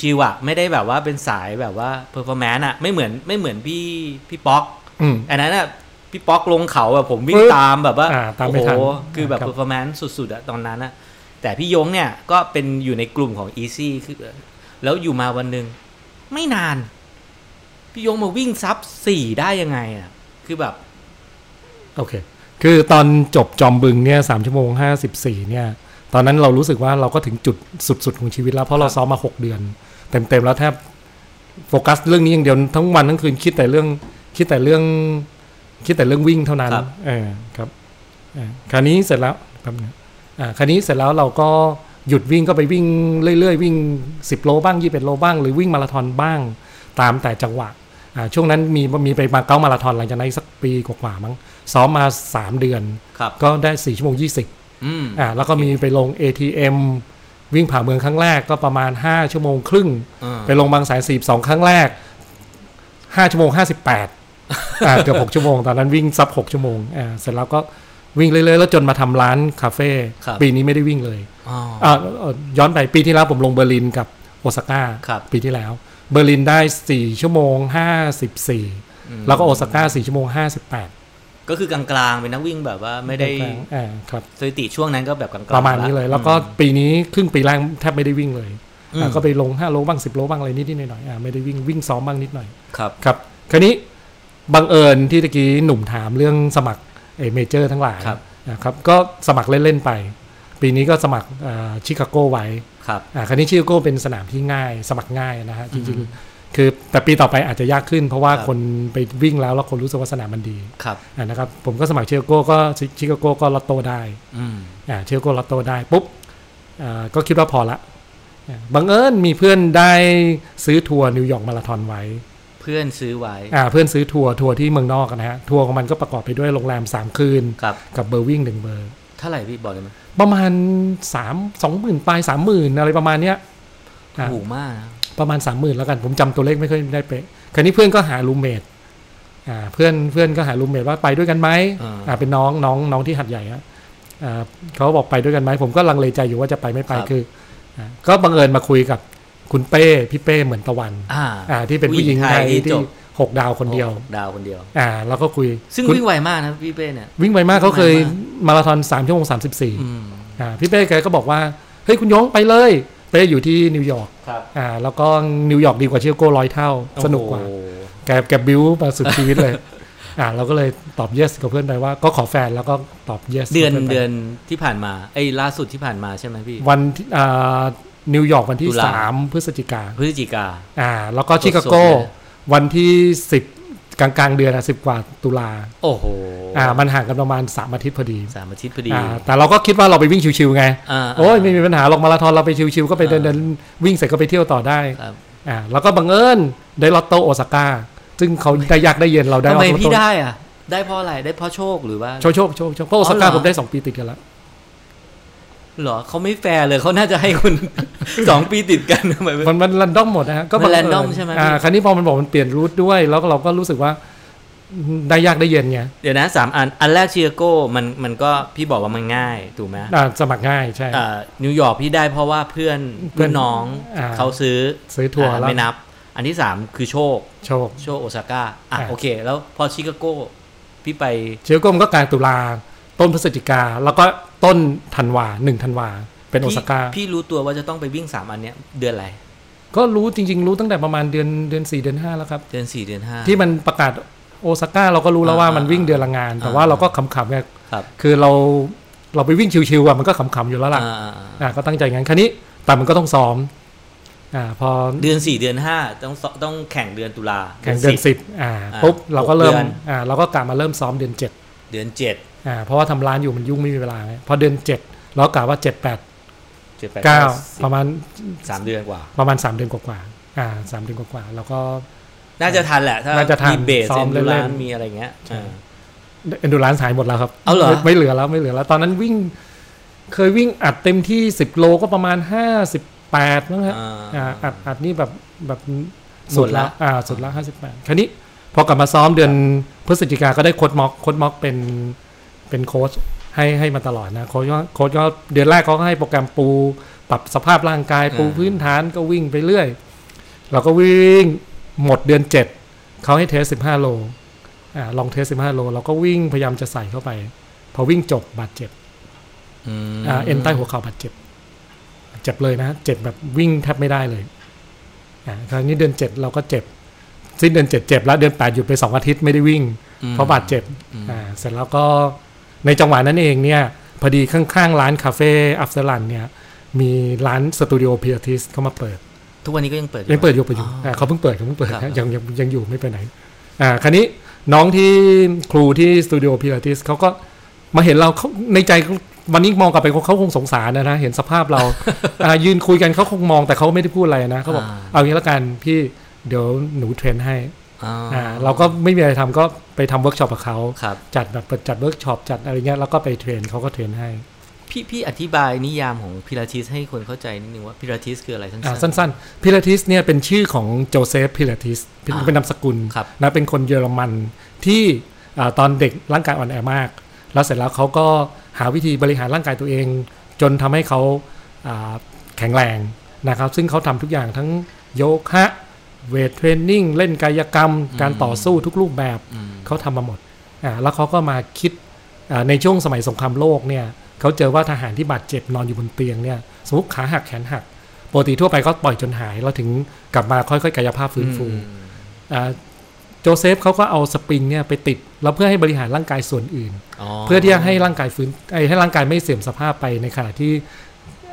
Speaker 1: ชิวๆอ่ะ ไม่ได้แบบว่าเป็นสายแบบว่าเพอร์ฟอร์แมนอ่ะ ไม่เหมือนไม่เหมือนพี่พี่ป๊อก
Speaker 2: อืม
Speaker 1: อันนั้นอ่ะพี่ป๊อกลงเขาแบบผมวิ่ง
Speaker 2: ปึ๊บ
Speaker 1: ตามแบบว่า
Speaker 2: อ่าตามไม่
Speaker 1: โอ้
Speaker 2: ทั
Speaker 1: โห
Speaker 2: น
Speaker 1: คือแบบ
Speaker 2: ครับ
Speaker 1: เปอร์ฟอร์แมนซ์สุดๆอะตอนนั้นอะแต่พี่ยงเนี่ยก็เป็นอยู่ในกลุ่มของ Easy คือแล้วอยู่มาวันหนึ่งไม่นาน พี่ยงมาวิ่งซับสี่ได้ยังไงอะคือแบบ
Speaker 2: โอเค คือตอนจบจอมบึงเนี่ยสามชั่วโมงห้าสิบสี่เนี่ย ตอนนั้นเรารู้สึกว่าเราก็ถึงจุดสุดๆของชีวิตแล้ว เพราะเราซ้อมมาหกเดือน เต็มๆแล้วแทบโฟกัสเรื่องนี้อย่างเดียวทั้งวันทั้งคืนคิดแต่เรื่องคิดแต่เรื่อง คิดแต่เรื่องวิ่งเท่านั้น
Speaker 1: ครับ
Speaker 2: เออครับเออคราวนี้เสร็จแล้วแป๊บนึงอ่าคราวนี้เสร็จแล้วเราก็หยุดวิ่งก็ไปวิ่งเรื่อยๆ วิ่ง 10 โลบ้าง 21 โลบ้าง หรือวิ่งมาราธอนบ้าง ตามแต่จังหวะอ่าช่วงนั้นมีมีไปมาเก้ามาราธอนหลังจากนั้นอีกสักปีกว่าๆมั้งซ้อมมา 3 เดือน
Speaker 1: ครับ
Speaker 2: ก็ได้ 4 ชั่วโมง 20
Speaker 1: อืม
Speaker 2: อ่าแล้วก็มีไปลง ATM วิ่งผ่าเมืองครั้งแรกก็ประมาณ 5 ชั่วโมงครึ่ง
Speaker 1: อ่า
Speaker 2: ไปลงบางแสนสีสองครั้งแรก 5 ชั่วโมง 58อ่าเกือบ 6 ชั่วโมง ตอนนั้นวิ่งซับ 6 ชั่วโมงอ่าเสร็จแล้วก็วิ่งเรื่อยๆ แล้วจนมาทำร้านคาเฟ่
Speaker 1: ครับ
Speaker 2: ปีนี้ไม่ได้วิ่งเลย
Speaker 1: อ๋อ
Speaker 2: อ่าเอ่อย้อนไปปีที่แล้วผมลงเบอร์ลินกับโอซาก้า
Speaker 1: ครับ
Speaker 2: ปีที่แล้ว เบอร์ลินได้ 4 ชั่วโมง 54
Speaker 1: อืม
Speaker 2: แล้วก็โอซาก้า4ชั่วโมง 58
Speaker 1: ก็คือกลางๆเป็นนักวิ่งแบบว่าไม่ได้
Speaker 2: อ่าครับ
Speaker 1: สถิติช่วงนั้นก็แบบกลางๆ
Speaker 2: ประมาณนี้เลย แล้วก็ปีนี้ครึ่งปีแรกแทบไม่ได้วิ่งเลย
Speaker 1: อืม
Speaker 2: อ่ะก็ไปลง 5 โลบ้าง 10 โลบ้างอะไรนิดๆหน่อยๆอ่ะไม่ได้วิ่งวิ่งซ้อมบ้างนิดหน่อย
Speaker 1: ครับ
Speaker 2: ครับคราวนี้บังเอิญที่ตะกี้หนุ่มถามเรื่องสมัครเอเมเจอร์ทั้งหลาย
Speaker 1: ครับ
Speaker 2: นะครับก็สมัครเล่น ๆ ไป ปีนี้ก็สมัครชิคาโกไว้
Speaker 1: ครับ
Speaker 2: อ่ะคราวนี้ชิคาโกเป็นสนามที่ง่าย สมัครง่ายนะฮะจริงๆคือแต่ปีต่อไปอาจจะยากขึ้น เพราะว่าคนไปวิ่งแล้วแล้วคนรู้สึกว่าสนามมันดี
Speaker 1: ครับ
Speaker 2: อ่ะนะครับผมก็สมัครชิคาโกก็ชิคาโกก็ลอตโตได้
Speaker 1: อืม
Speaker 2: อ่าเชลโกลอตโตได้ปุ๊บอ่าก็คิดว่าพอละอ่าบังเอิญมีเพื่อนได้ซื้อทัวร์นิวยอร์กมาราธอนไว้
Speaker 1: เพื่อนซื้อไว้
Speaker 2: อ่าเพื่อนซื้อทัวร์ทัวร์ที่เมืองนอกนะฮะ ทัวร์ของมันก็ประกอบไปด้วยโรงแรม 3 คืน
Speaker 1: ครับ
Speaker 2: กับเบอร์วิ่งหนึ่งเบอร์
Speaker 1: เท่าไหร่พี่บอกเลยมั้ย
Speaker 2: ประมาณ 3 20,000ปลาย30,000 อะไรประมาณเนี้ยอ่า
Speaker 1: ถูกมากนะ
Speaker 2: ประมาณ 30,000 แล้วกัน ผมจำตัวเลขไม่ค่อยได้เป๊ะคราวนี้เพื่อนก็หารูมเมทอ่าเพื่อนเพื่อนก็หารูมเมทว่าไปด้วยกันไหม
Speaker 1: อ่า
Speaker 2: อ่าเป็นน้องน้องน้องที่หัดใหญ่ฮะอ่าเขาบอกไปด้วยกันไหมผมก็ลังเลใจอยู่ว่าจะไปไม่ไป ไป
Speaker 1: ครับ
Speaker 2: คืออ่ะก็บังเอิญมาคุยกับ คุณเป้ พี่เป้เหมือนตะวัน
Speaker 1: อ่า
Speaker 2: อ่าที่เป็นผู้หญิงไทย
Speaker 1: จ
Speaker 2: ที่
Speaker 1: บ
Speaker 2: หกดาวคนเดียว
Speaker 1: หกดาวคนเดียว
Speaker 2: อ่าแล้วก็คุย
Speaker 1: ซึ่ง
Speaker 2: คุณ
Speaker 1: วิ่งไวมากนะพี่เป้เนี่ย
Speaker 2: วิ่งไวมากเขาเคย
Speaker 1: วิ่งไวม
Speaker 2: มาราธอนสามชั่วโมงสามสิบสี่
Speaker 1: อืม
Speaker 2: อ่าพี่เป้แกก็บอกว่า เฮ้ยคุณยงไปเลยเป้อยู่ที่นิวยอร์ก
Speaker 1: ครับ
Speaker 2: อ่าแล้วก็นิวยอร์กดีกว่าเชียโก้ร้อยเท่า สนุกกว่า
Speaker 1: โอ้โห
Speaker 2: แกแกบิวมาสุดชีวิตเลย [laughs] อ่าเราก็เลยตอบ yes กับเพื่อนไปว่าก็ขอแฟนแล้วก็ตอบ yes
Speaker 1: เดือน
Speaker 2: กับพื่ไป
Speaker 1: เดือนที่ผ่านมาไอ้ยล่าสุดที่ผ่านมาใช่ไหมพี่
Speaker 2: วันที่อ่านิวยอร์กวันที่
Speaker 1: ตุลา
Speaker 2: สามพฤศจิกา
Speaker 1: พฤศจิกา
Speaker 2: อ่าแล้วก็ชิคาโก
Speaker 1: สดๆเลย
Speaker 2: วันที่สิบกลางกลางๆเดือนอ่ะสิบกว่าตุลา
Speaker 1: โอ้โห
Speaker 2: อ่ามันห่างกันประมาณสามอาทิตย์พอดี
Speaker 1: สามอาทิตย์พอดี
Speaker 2: อ่าแต่เราก็คิดว่าเราไปวิ่งชิวๆไง
Speaker 1: า
Speaker 2: โอ้ยไม่มีปัญหาหรอกมาราธอนเราไปชิวๆก็ไปเดิน
Speaker 1: อ่า
Speaker 2: เดินวิ่งเสร็จก็ไปเที่ยวต่อได้
Speaker 1: ครับ
Speaker 2: อ่าแล้วก็บังเอิญได้ลอตโตโอซาก้าซึ่งเขาได้ยากได้เย็นเราได้
Speaker 1: ทำ
Speaker 2: ลอ
Speaker 1: ไม
Speaker 2: ตโต
Speaker 1: พี่ได้อ่ะ ได้เพราะอะไรได้เพราะโชคหรือว่า
Speaker 2: โชคโชคโชคโชคเพราะโอซาก้า
Speaker 1: อ๋อเหรอ
Speaker 2: ผมได้สองปีติดกันแล้ว
Speaker 1: เหรอเขาไม่แฟร์เลยเขาน่าจะให้คุณ [laughs] สองปีติดกันทำไม
Speaker 2: มันมันรันดอมหมดนะฮะก็
Speaker 1: มัน
Speaker 2: บังเญ
Speaker 1: random ใช่ไหมพี่
Speaker 2: อ่าคราวนี้พอมันบอกมันเปลี่ยนรูทด้วย แล้วเราก็รู้สึกว่าได้ยากได้เย็นไง
Speaker 1: เดี๋ยวนะสามอัน อันแรกชิคาโก้มันมันก็พี่บอกว่ามันง่ายถูกไหม
Speaker 2: อ่าสมัครง่ายใช่
Speaker 1: อ่านิวยอร์กพี่ได้เพราะว่าเพื่อน
Speaker 2: เพื่
Speaker 1: เพื่
Speaker 2: อ
Speaker 1: อน นน้อง
Speaker 2: อ่า
Speaker 1: เขาซื้อ
Speaker 2: ซื้อทัวร์
Speaker 1: อ่า
Speaker 2: แล้ว
Speaker 1: ไม่นับ อันที่สามคือโชค
Speaker 2: โชค
Speaker 1: โชคโอซาก้าอ่ะ
Speaker 2: อ่า
Speaker 1: โอเค แล้วพอชิคาโก้พี่ไป
Speaker 2: เชียวกมก็กลางตุลาต้นพฤศจิกา แล้วก็ต้นธันวาหนึ่งธันวา เป็นโอ
Speaker 1: พี่
Speaker 2: ซาก้า
Speaker 1: พี่รู้ตัวว่าจะต้องไปวิ่งสามอันเนี้ยเดือนอะไร
Speaker 2: ก็รู้จริง ๆ รู้ตั้งแต่ประมาณเดือนเดือนสี่เดือนห้าแล้วครับ
Speaker 1: เดือนสี่เดือนห้า
Speaker 2: ที่มันประกาศโอซาก้าเราก็รู้แล้วว่า
Speaker 1: อ่ามั
Speaker 2: มันวิ่งเดือนละงาน แต่ว่า
Speaker 1: อ่า
Speaker 2: เราก็ขำๆไง
Speaker 1: ครับ
Speaker 2: คือเราเราไปวิ่งชิวๆอ่ะมันก็ขำๆอยู่แล้วล่ะ
Speaker 1: อ่าอ่าอ่า
Speaker 2: อ่าก็ตั้งใจงั้นคราวนี้แต่มันก็ต้องซ้อมอ่าพอ
Speaker 1: เดือนสี่เดือนห้าต้องสต้องแข่งเดือนตุลา
Speaker 2: แข่งเดือนสิบอ่า
Speaker 1: อ่า
Speaker 2: ปุ๊บเราก็เริ่ม
Speaker 1: หกเดือน
Speaker 2: อ่าเราก็กลับมาเริ่มซ้อมเดือนเจ็ด
Speaker 1: เดือนเจ็ด
Speaker 2: อ่าเพราะว่าทำร้านอยู่มันยุ่งไม่มีเวลาไงพอเดือนเจ็ดเรากะว่าเจ็ดแปด
Speaker 1: เจ็ดแปด
Speaker 2: เก้า
Speaker 1: สิบ
Speaker 2: ประมาณ
Speaker 1: สามเดือนกว่า
Speaker 2: ประมาณสามเดือนกว่าๆอ่าสามเดือนกว่าๆแล้วก็
Speaker 1: น่าจะทันแหละ ถ้า
Speaker 2: น่าจะทัน
Speaker 1: มีเบส
Speaker 2: ซ้อ
Speaker 1: เซ
Speaker 2: ม
Speaker 1: นดู
Speaker 2: เล่
Speaker 1: ราน น
Speaker 2: ๆ
Speaker 1: มีอะไรเงี้ยอ่า
Speaker 2: เอนดูร้านหายหมดแล้วครับ
Speaker 1: เอาเหรอ
Speaker 2: ไม่ไม่เหลือแล้วไม่เหลือแล้ว ตอนนั้นวิ่ง เคยวิ่งอัดเต็มที่สิบโลก็ประมาณห้าสิบแปดมั้งฮะอ่า
Speaker 1: อ่า
Speaker 2: อัดอัดนี่แบบแบบ
Speaker 1: หม
Speaker 2: สุด
Speaker 1: ด
Speaker 2: ละ
Speaker 1: ละ
Speaker 2: อ่าสุดละห้าสิบแปดคราวนี้พอกลับมาซ้อมเดือนพฤศจิกาก็ได้โค้ดม็อกโค้ดม็อกเป็นเป็นโค้ชให้ให้มาตลอดนะโค้ชก็โค้ชก็เดือนแรกเขาก็ให้โปรแกรมปู ปรับสภาพร่างกายปู
Speaker 1: อ่า
Speaker 2: พื้นฐานก็วิ่งไปเรื่อย เราก็วิ่งหมดเดือนเจ็ดเขาให้เทสสิบห้าโลอ่าลองเทสสิบห้าโลเราก็วิ่งพยายามจะใส่เข้าไป พอวิ่งจบบาดเจ็บ
Speaker 1: ม
Speaker 2: อ่าเอ็นใต้หัวเข่าบาดเจ็บเจ็บเลยนะ เจ็บแบบวิ่งแทบไม่ได้เลยอ่าคราวนี้เดือนเจ็ดเราก็เจ็บ สิ้นเดือนเจ็ดเจ็บแล้วเดือนแปดหยุดไปสองอาทิตย์ไม่ได้วิ่ง
Speaker 1: อืม
Speaker 2: เพราะบาดเจ็บ
Speaker 1: อืม
Speaker 2: อ่าเสร็จแล้วก็ในจังหวะนั้นเองเนี่ย พอดีข้างๆร้านคาเฟ่อัฟเซรันเนี่ย มีร้านสตูดิโอเพียทิสเข้ามาเปิด
Speaker 1: ทุกวันนี้ก็ยังเปิด
Speaker 2: ยังเปิดอยู่เปิดอยู่
Speaker 1: อ๋ออ่
Speaker 2: าเขาเพิ่งเปิดเขาเพิ่งเปิด
Speaker 1: ครับ
Speaker 2: นะยังยังยังอยู่ไม่ไปไหนอ่าคราวนี้น้องที่ครูที่สตูดิโอพิลาทิสเขาก็มาเห็นเราเขาในใจวันนี้มองกลับไปเขาคงสงสารนะนะเห็นสภาพเรา [laughs] อ่ายืนคุยกันเขาคงมองแต่เขาไม่ได้พูดอะไรนะเขาบอกเอางี้ละกันพี่เดี๋ยวหนูเทรนให้
Speaker 1: อ่
Speaker 2: อ่า
Speaker 1: า
Speaker 2: เราก็ไม่มีอะไรทำก็ไปทำเวิร์กช็อปกับเขา
Speaker 1: ครับ
Speaker 2: จัดแบบจัดเวิร์กช็อปจัดอะไรเงี้ยแล้วก็ไปเทรนเขาก็เทรนให้
Speaker 1: พี่พี่อธิบายนิยามของพิลาทิสให้คนเข้าใจนิดนึงว่าพิลาทิสคืออะไรสั้น
Speaker 2: อ่า
Speaker 1: ๆ
Speaker 2: สั้นๆพิลาทิสเนี่ยเป็นชื่อของโจเซฟพิลาทิสเป็น
Speaker 1: อ่า
Speaker 2: เป็นนามสกุล
Speaker 1: ครับ
Speaker 2: นะเป็นคนเยอรมันที่อ่าตอนเด็กร่างกายอ่อนแอมาก แล้วเสร็จแล้วเขาก็หาวิธีบริหารร่างกายตัวเอง จนทำให้เขาอ่าแข็งแรงนะครับ ซึ่งเขาทำทุกอย่างทั้งโยคะเวทเทรนนิ่งเล่นกายกรรม การต่อสู้ทุกรูปแบบ
Speaker 1: อืม
Speaker 2: เขาทำมาหมดอ่าแล้วเขาก็มาคิดอ่าในช่วงสมัยสงครามโลกเนี่ยเขาเจอว่าทหารที่บาดเจ็บนอนอยู่บนเตียงเนี่ยสมมติขาหักแขนหักปกติทั่วไปก็ปล่อยจนหายแล้วถึงกลับมาค่อยๆกายภาพฟื้นฟู
Speaker 1: อืม
Speaker 2: อ่าโจเซฟเขาก็เอาสปริงเนี่ยไปติด แล้วเพื่อให้บริหารร่างกายส่วนอื่น เพื่อที่จะให้ร่างกายฟื้นไอ้ให้ร่างกายไม่เสื่อมสภาพไปในขณะที่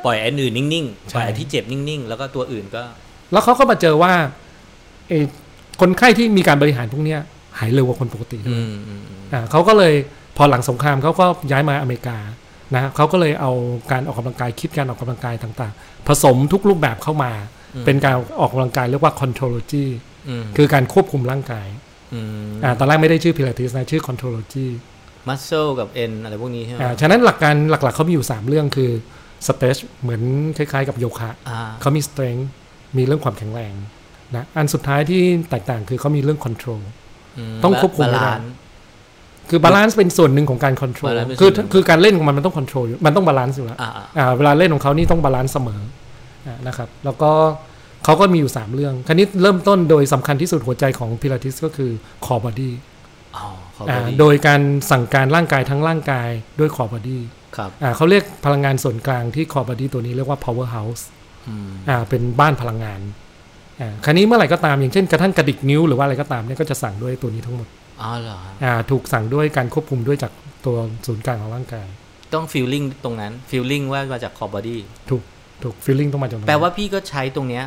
Speaker 1: ปล่อยอันอื่นนิ่งๆ
Speaker 2: ใช่
Speaker 1: ปล่อยอันที่เจ็บนิ่งๆ แล้วก็ตัวอื่นก็
Speaker 2: แล้วเขาก็มาเจอว่าไอ้คนไข้ที่มีการบริหารพวกเนี้ยหายเร็วกว่าคนปกติ
Speaker 1: อืมอืมอืม
Speaker 2: อ่าเขาก็เลยพอหลังสงครามเขาก็ย้ายมาอเมริกานะเขาก็เลยเอาการออกกำลังกายคิดการออกกำลังกายต่างๆ ผสมทุกรูปแบบเข้ามา เป็นการออกกำลังกายเรียกว่า contrology
Speaker 1: อืม
Speaker 2: คือการควบคุมร่างกาย
Speaker 1: ม
Speaker 2: อ่าตอนแรกไม่ได้ชื่อพิลาทิสนะชื่อ contrology
Speaker 1: มัสเซลกับเอ็นอะไรพวกนี้ใช่ไหม
Speaker 2: อ่าฉะนั้นหลักการหลักๆเขามีอยู่ 3 เรื่องคือสเตชเหมือนคล้ายๆกับโยคะ
Speaker 1: อ่า
Speaker 2: เขามีสเตร g t h มีเรื่องความแข็งแรงนะอันสุดท้ายที่แตกต่างคือเขามีเรื่องคอนโทรล
Speaker 1: ม
Speaker 2: ต้องควบคุม
Speaker 1: บาลานซ์
Speaker 2: คือบาลานซ์เป็นส่วนหนึ่งของการคอนโทรล
Speaker 1: balance เป็นส่
Speaker 2: คือ
Speaker 1: วนหนึ่ง
Speaker 2: คือการเล่นของมันมันต้องคอนโทรลมันต้องบาลานซ์อยู่แล้ว
Speaker 1: อ่า
Speaker 2: อ่าเวลาเล่นของเขานี่ต้องบาลานซ์เสมออ่านะครับแล้วก็ เขาก็มีอยู่ 3 เรื่องคันนี้เริ่มต้นโดยสำคัญที่สุดหัวใจของพิลาทิสก็คือคอบอดี้
Speaker 1: อ๋อขอบคุณ
Speaker 2: โดยการสั่งการร่างกายทั้งร่างกายด้วยคอบอดี้
Speaker 1: ครับ
Speaker 2: เขาเรียกพลังงานส่วนกลางที่คอบอดี้ตัวนี้เรียกว่า power house
Speaker 1: อืม
Speaker 2: อ่าเป็นบ้านพลังงานอ่าคันนี้เมื่อไหร่ก็ตามอย่างเช่นกระทั่งกระดิกนิ้วหรือว่าอะไรก็ตามเนี่ยก็จะสั่งด้วยตัวนี้ทั้งหมด
Speaker 1: อ๋อเหรอฮะ
Speaker 2: อ่าถูกสั่งด้วยการควบคุมด้วยจากตัวศูนย์กลางของร่างกาย
Speaker 1: ต้องฟีลลิ่งตรงนั้นฟีลลิ่งว่ามาจากคอบบอดี้
Speaker 2: ถูกถูกฟีลลิ่งต้องมาจากตรงนั้น
Speaker 1: แปลว่าพี่ก็ใช้ตรงเนี้ย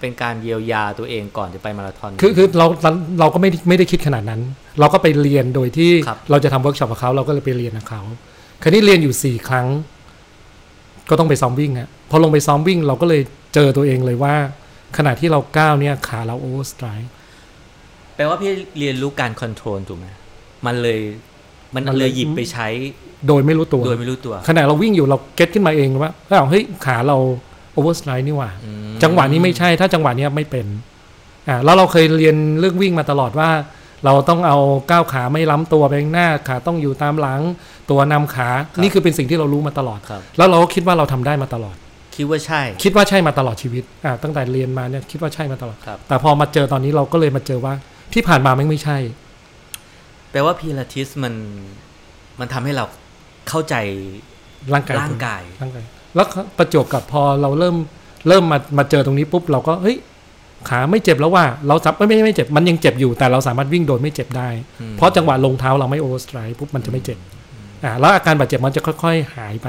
Speaker 1: เป็นการเยียวยาตัวเองก่อนจะไปมาราธอน
Speaker 2: คือคือเราเราเราก็ไม่ได้ไม่ได้คิดขนาดนั้น เราก็ไปเรียนโดยที่
Speaker 1: ครับ
Speaker 2: เราจะทำเวิร์กช็อปกับเขาเราก็เลยไปเรียนกับเขาคราวนี้เรียนอยู่สี่ครั้ง ก็ต้องไปซ้อมวิ่งอะพอลงไปซ้อมวิ่งเราก็เลยเจอตัวเองเลยว่า ขณะที่เราก้าวเนี่ยขาเราโอเวอร์สไตร์
Speaker 1: แปลว่าพี่เรียนรู้การคอนโทรลถูกไหมมันเลยมันเลยหยิบไปใช้
Speaker 2: โดยไม่รู้ตัว
Speaker 1: โดยไม่รู้ตัว
Speaker 2: ขณะเราวิ่งอยู่เราเก็ตขึ้นมาเองว่าเอ้าเฮ้ยขาเราโอเวอร์สไตร์นี่หว่า
Speaker 1: อืม
Speaker 2: จังหวะนี้ไม่ใช่ถ้าจังหวะเนี้ยไม่เป็นอ่าแล้วเราเคยเรียนเรื่องวิ่งมาตลอดว่า เราต้องเอาก้าวขาไม่ล้ำตัวไปข้างหน้าขาต้องอยู่ตามหลัง ตัวนำขา นี่คือเป็นสิ่งที่เรารู้มาตลอด
Speaker 1: ครับ
Speaker 2: แล้วเราก็คิดว่าเราทำได้มาตลอด
Speaker 1: คิดว่าใช่
Speaker 2: คิดว่าใช่มาตลอดชีวิตอ่าตั้งแต่เรียนมาเนี่ยคิดว่าใช่มาตลอด
Speaker 1: ครับ
Speaker 2: แต่พอมาเจอตอนนี้เราก็เลยมาเจอว่าที่ผ่านมาไม่ไม่ใช่
Speaker 1: แปลว่าพีลาทิสมันมันทำให้เราเข้าใจ
Speaker 2: ร่างกาย
Speaker 1: ร่างกาย
Speaker 2: ร่างกายแล้วประจวบกับพอเราเริ่มเริ่มมามาเจอตรงนี้ปุ๊บเราก็เฮ้ยขาไม่เจ็บแล้วว่าเราจับไม่ไม่ไม่เจ็บมันยังเจ็บอยู่แต่เราสามารถวิ่งโดยไม่เจ็บได้
Speaker 1: อืม
Speaker 2: เพราะจังหวะลงเท้าเราไม่โอเวอร์สไตร์ปุ๊บมันจะไม่เจ็บอ่าแล้วอาการบาดเจ็บมันจะค่อย ๆ หายไป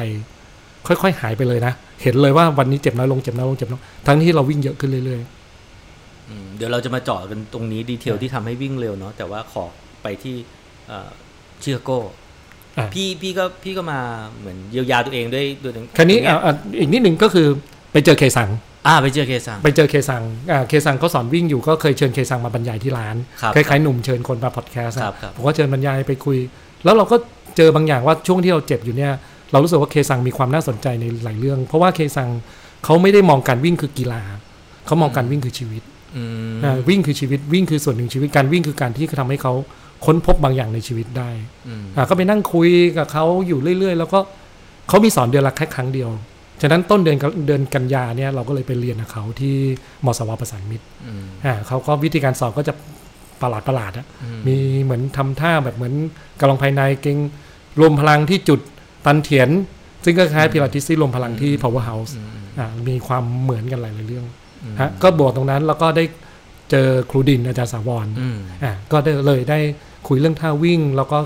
Speaker 2: ค่อย ๆ หายไปเลยนะ เห็นเลยว่าวันนี้เจ็บน้อยลงเจ็บน้อยลงเจ็บน้อยทั้งที่เราวิ่งเยอะขึ้นเรื่อย
Speaker 1: อืมเดี๋ยวเราจะมาเจาะกันตรงนี้ดีเทลที่ทำให้วิ่งเร็วเนาะแต่ว่าขอไปที่เอ่อเชือกโก้
Speaker 2: ๆอ่ะ
Speaker 1: พี่พี่ก็พี่ก็มาเหมือนเยียวยาตัวเองด้วยด้วยตง
Speaker 2: คันนี้
Speaker 1: ตงเย
Speaker 2: อ่ะอ่ะอีกนิดหนึ่งก็คือไปเจอเคสัง
Speaker 1: อ่าไปเจอเคซัง
Speaker 2: ไปเจอเคซังอ่าเคซังเขาสอนวิ่งอยู่ก็เคยเชิญเคซังมาบรรยายที่ร้าน
Speaker 1: ครับ
Speaker 2: คล้ายๆหนุ่มเชิญคนมาพอดแคสต์
Speaker 1: ครับ
Speaker 2: อะ
Speaker 1: ครับ
Speaker 2: ผมก็เชิญบรรยายไปคุย แล้วเราก็เจอบางอย่างว่าช่วงที่เราเจ็บอยู่เนี่ย เรารู้สึกว่าเคซังมีความน่าสนใจในหลายเรื่อง เพราะว่าเคซังเขาไม่ได้มองการวิ่งคือกีฬา เขามองการวิ่งคือชีวิต
Speaker 1: อืม
Speaker 2: อ่าวิ่งคือชีวิตวิ่งคือส่วนหนึ่งชีวิตการวิ่งคือการที่ทำให้เขาค้นพบบางอย่างในชีวิตได้
Speaker 1: อืม
Speaker 2: อ่าก็ไปนั่งคุยกับเขาอยู่เรื่อย ๆ แล้วก็เขามีสอนเดือนละแค่ครั้งเดียวฉะนั้นต้นเดือนกันเดือนกันยาเนี่ยเราก็เลยไปเรียนกับเขาที่มสวประสานมิตร
Speaker 1: อืม
Speaker 2: อ่าเขาก็วิธีการสอนก็จะประหลาดประหลาดอะ
Speaker 1: อืม
Speaker 2: มีเหมือนทำท่าแบบเหมือนกำลังภายในเก่งรวมพลังที่จุดตันเถียน ซึ่งก็คล้ายพิลาทิสที่รวมพลังที่ power house
Speaker 1: อืม
Speaker 2: อ่ามีความเหมือนกันหลายๆเรื่อง
Speaker 1: อืม
Speaker 2: ฮะก็บวกตรงนั้นแล้วก็ได้เจอครูดินอาจารย์สาวร
Speaker 1: อืม
Speaker 2: อ่าก็ได้เลยได้คุยเรื่องท่าวิ่ง แล้วก็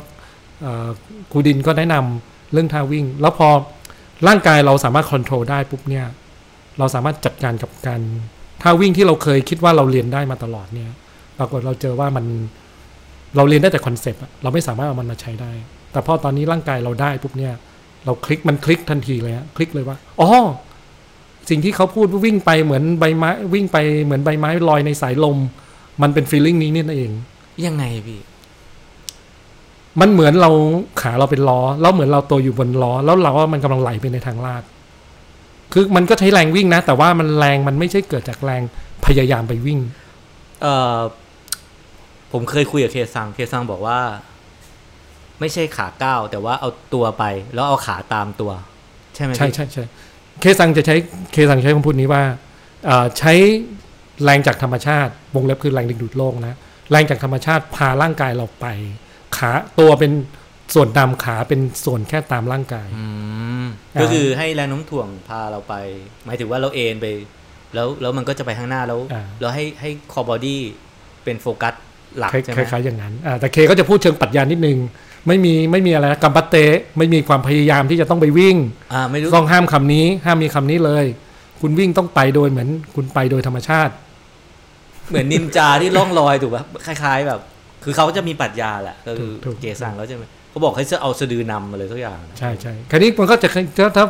Speaker 2: เอ่อครูดินก็แนะนำเรื่องท่าวิ่ง แล้วพอร่างกายเราสามารถควบคุมได้ปุ๊บเนี่ยเราสามารถจัดการกับการ ถ้าวิ่งที่เราเคยคิดว่าเราเรียนได้มาตลอดเนี่ย ปรากฏเราเจอว่ามันเราเรียนได้แต่คอนเซปต์อะเราไม่สามารถเอามันมาใช้ได้ แต่พอตอนนี้ร่างกายเราได้ปุ๊บเนี่ย เราคลิกมันคลิกทันทีเลยฮะคลิกเลยว่าอ๋อสิ่งที่เขาพูดว่าวิ่งไปเหมือนใบไม้วิ่งไปเหมือนใบไม้ลอยในสายลม มันเป็นฟีลลิ่งนี้นี่เอง
Speaker 1: ยังไงพี่
Speaker 2: มันเหมือนเราขาเราเป็นล้อแล้วเหมือนเราตัวอยู่บนล้อ แล้วเราว่ามันกำลังไหลไปในทางลาด คือมันก็ใช้แรงวิ่งนะ แต่ว่ามันแรงมันไม่ใช่เกิดจากแรงพยายามไปวิ่ง
Speaker 1: เอ่อผมเคยคุยกับเคซัง เคซังบอกว่า ไม่ใช่ขาก้าวแต่ว่าเอาตัวไป แล้วเอาขาตามตัว ใช่ไหมพี่
Speaker 2: ใช่ใช่ใช่เคซังจะใช้เคซังใช้คำพูดนี้ว่าเอ่อใช้แรงจากธรรมชาติวงเล็บคือแรงดึงดูดโลกนะแรงจากธรรมชาติพาร่างกายเราไป ขาตัวเป็นส่วนนำขาเป็นส่วนแค่ตามร่างกาย
Speaker 1: อืม
Speaker 2: อ่า
Speaker 1: ก็คือให้แรงโน้มถ่วงพาเราไป หมายถึงว่าเราเอนไป แล้วแล้วมันก็จะไปข้างหน้าแล้วแล้วให้ให้คอบอดี้เป็นโฟกัสหลัก
Speaker 2: คล้าย
Speaker 1: ใช่ไห
Speaker 2: ค
Speaker 1: ม
Speaker 2: ล้ายๆอย่างนั้นอ่าแต่เคก็จะพูดเชิงปรัชญานิดนึง ไม่มีไม่มีอะไรนะกัมปัตเตะไม่มีความพยายามที่จะต้องไปวิ่ง
Speaker 1: อ่าไม่รู้
Speaker 2: ต้องห้ามคำนี้ห้ามมีคำนี้เลย คุณวิ่งต้องไปโดยเหมือนคุณไปโดยธรรมชาติ
Speaker 1: เหมือนนินจาที่ล่องลอยถูกป่ะคล้าย ๆ แบบ คือเขาก็จะมีปรัชญาแหละก็คือ
Speaker 2: ถูกถูก
Speaker 1: เกซังเขาจะมีเขาบอกให้เอาสะดือนำมาเลยทุกอย่าง
Speaker 2: ใช่ใช่คราวนี้มันก็จะคล้ายถ้าถ้า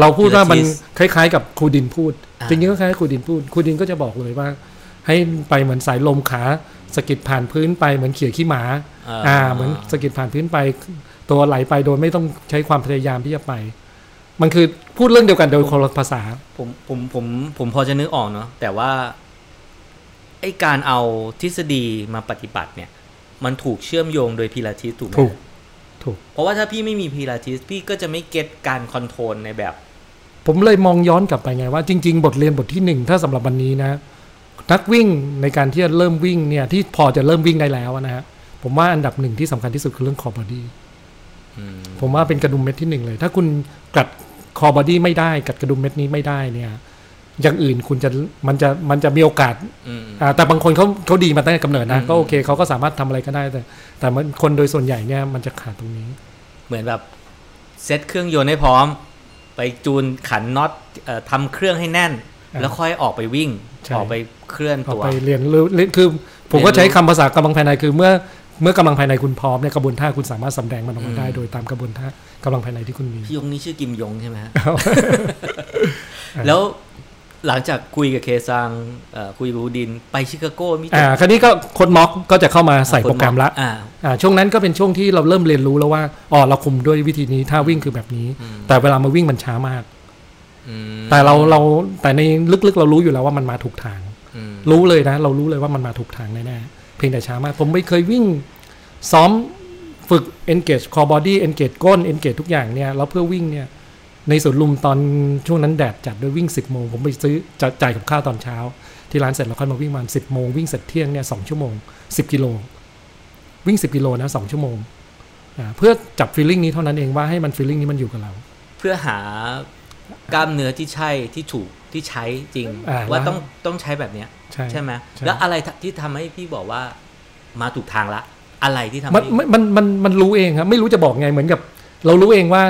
Speaker 2: เราพูดว่ามัน
Speaker 1: พิลาทิส
Speaker 2: คล้าย ๆ กับครูดินพูด
Speaker 1: อ่า
Speaker 2: จริงๆก็คล้ายๆครูดินพูดครูดินก็จะบอกเลยว่า ให้ไปเหมือนสายลมขาสะกิดผ่านพื้นไปเหมือนเขี่ยขี้หมา อ่า เหมือนสะกิดผ่านพื้นไป ตัวไหลไปโดยไม่ต้องใช้ความพยายามที่จะไป มันคือพูดเรื่องเดียวกันโดยคนละภาษา
Speaker 1: ผมผมผมผมพอจะนึกออกเนาะแต่ว่าไอการเอาทฤษฎีมาปฏิบัติเนี่ย มันถูกเชื่อมโยงโดยพีลาทิสถูกไหม
Speaker 2: ถูกถูก
Speaker 1: เพราะว่าถ้าพี่ไม่มีพีลาทิสพี่ก็จะไม่เก็ตการคอนโทรลในแบบ
Speaker 2: ผมเลยมองย้อนกลับไปไงว่าจริง ๆ บทเรียนบทที่หนึ่งถ้าสำหรับวันนี้นะ นักวิ่งในการที่จะเริ่มวิ่งเนี่ยที่พอจะเริ่มวิ่งได้แล้วนะฮะผมว่าอันดับหนึ่งที่สำคัญที่สุดคือเรื่องคอบอดี้
Speaker 1: อืม
Speaker 2: ผมว่าเป็นกระดุมเม็ดที่หนึ่งเลย ถ้าคุณกัดคอบอดี้ไม่ได้กัดกระดุมเม็ดนี้ไม่ได้เนี่ยอย่างอื่นคุณจะมันจะมันจะมีโอกาส
Speaker 1: อืม
Speaker 2: อ่าแต่บางคนเขาเขาดีมาตั้งแต่กำเนิดนะ
Speaker 1: อืม
Speaker 2: ก็โอเคเขาก็สามารถทำอะไรก็ได้แต่ แต่มันคนโดยส่วนใหญ่เนี่ยมันจะขาดตรงนี้
Speaker 1: เหมือนแบบเซตเครื่องยนต์ให้พร้อม ไปจูนขันน็อตเอ่อทำเครื่องให้แน่น
Speaker 2: อ่า
Speaker 1: แล้วค่อยออกไปวิ่ง
Speaker 2: ใช่
Speaker 1: ออกไปเคลื่อน
Speaker 2: เอา
Speaker 1: ตัว
Speaker 2: ไปเรียนรู้เรียนคือ ผมก็ใช้คำภาษากำลังภายในคือเมื่อเมื่อกำลังภายในคุณพร้อมเนี่ยกระบวนท่าคุณสามารถสำแดงมันออกมาได้
Speaker 1: อืม
Speaker 2: โดยตามกระบวนท่ากำลังภายในที่คุณมี
Speaker 1: พี่ยงนี่ชื่อกิมยงใช่
Speaker 2: [laughs]
Speaker 1: ไหมฮะ
Speaker 2: ครับ
Speaker 1: [laughs] แล้วหลังจากคุยกับเคซังเอ่อคุยกับฮูดิน ไปชิคาโกมิ
Speaker 2: อ่าคราวนี้ก็โค้ดม็อกก็จะเข้ามาใส่โปรแกรมละ
Speaker 1: อ่า
Speaker 2: อ่าช่วงนั้นก็เป็นช่วงที่เราเริ่มเรียนรู้แล้วว่าอ๋อเราคุมด้วยวิธีนี้ท่าวิ่งคือแบบนี้
Speaker 1: อืม
Speaker 2: แต่เวลามาวิ่งมันช้ามาก
Speaker 1: อืม
Speaker 2: แต่เราเราแต่ในลึกๆ เรารู้อยู่แล้วว่ามันมาถูกทาง
Speaker 1: อืม
Speaker 2: รู้เลยนะ เรารู้เลยว่ามันมาถูกทางแน่ๆเพียงแต่ช้ามาก ผมไม่เคยวิ่งซ้อมฝึก engage core body engage ก้น engage ทุกอย่างเนี่ยแล้วเพื่อวิ่งเนี่ยในสวนลุมตอนช่วงนั้นแดดจัดด้วยวิ่ง 10 โมง ผมไปซื้อจะจ่ายกับข้าวตอนเช้า ที่ร้านเสร็จแล้วค่อยมาวิ่งประมาณ10 โมง วิ่งเสร็จเที่ยงเนี่ยสชั่วโมง 10 กิโล วิ่ง 10 กิโลนะ 2 ชั่วโมงอ่าเพื่อจับ feeling นี้เท่านั้นเองว่าให้มัน feeling นี้มันอยู่กับเรา
Speaker 1: เพื่อหากล้ามเนื้อที่ใช่ที่ถูกที่ใช้จริง
Speaker 2: อ่า
Speaker 1: ว่า
Speaker 2: แล้ว
Speaker 1: ต้องต้องใช้แบบเนี้ย
Speaker 2: ใช่
Speaker 1: ใช่ไหม
Speaker 2: ใช่
Speaker 1: แล้วอะไรที่ทำให้พี่บอกว่ามาถูกทางละ อะไรที่ทำ
Speaker 2: มัน
Speaker 1: ให้
Speaker 2: มันมันมันมันรู้เองครับไม่รู้จะบอกไงเหมือนกับ เรารู้เองว่า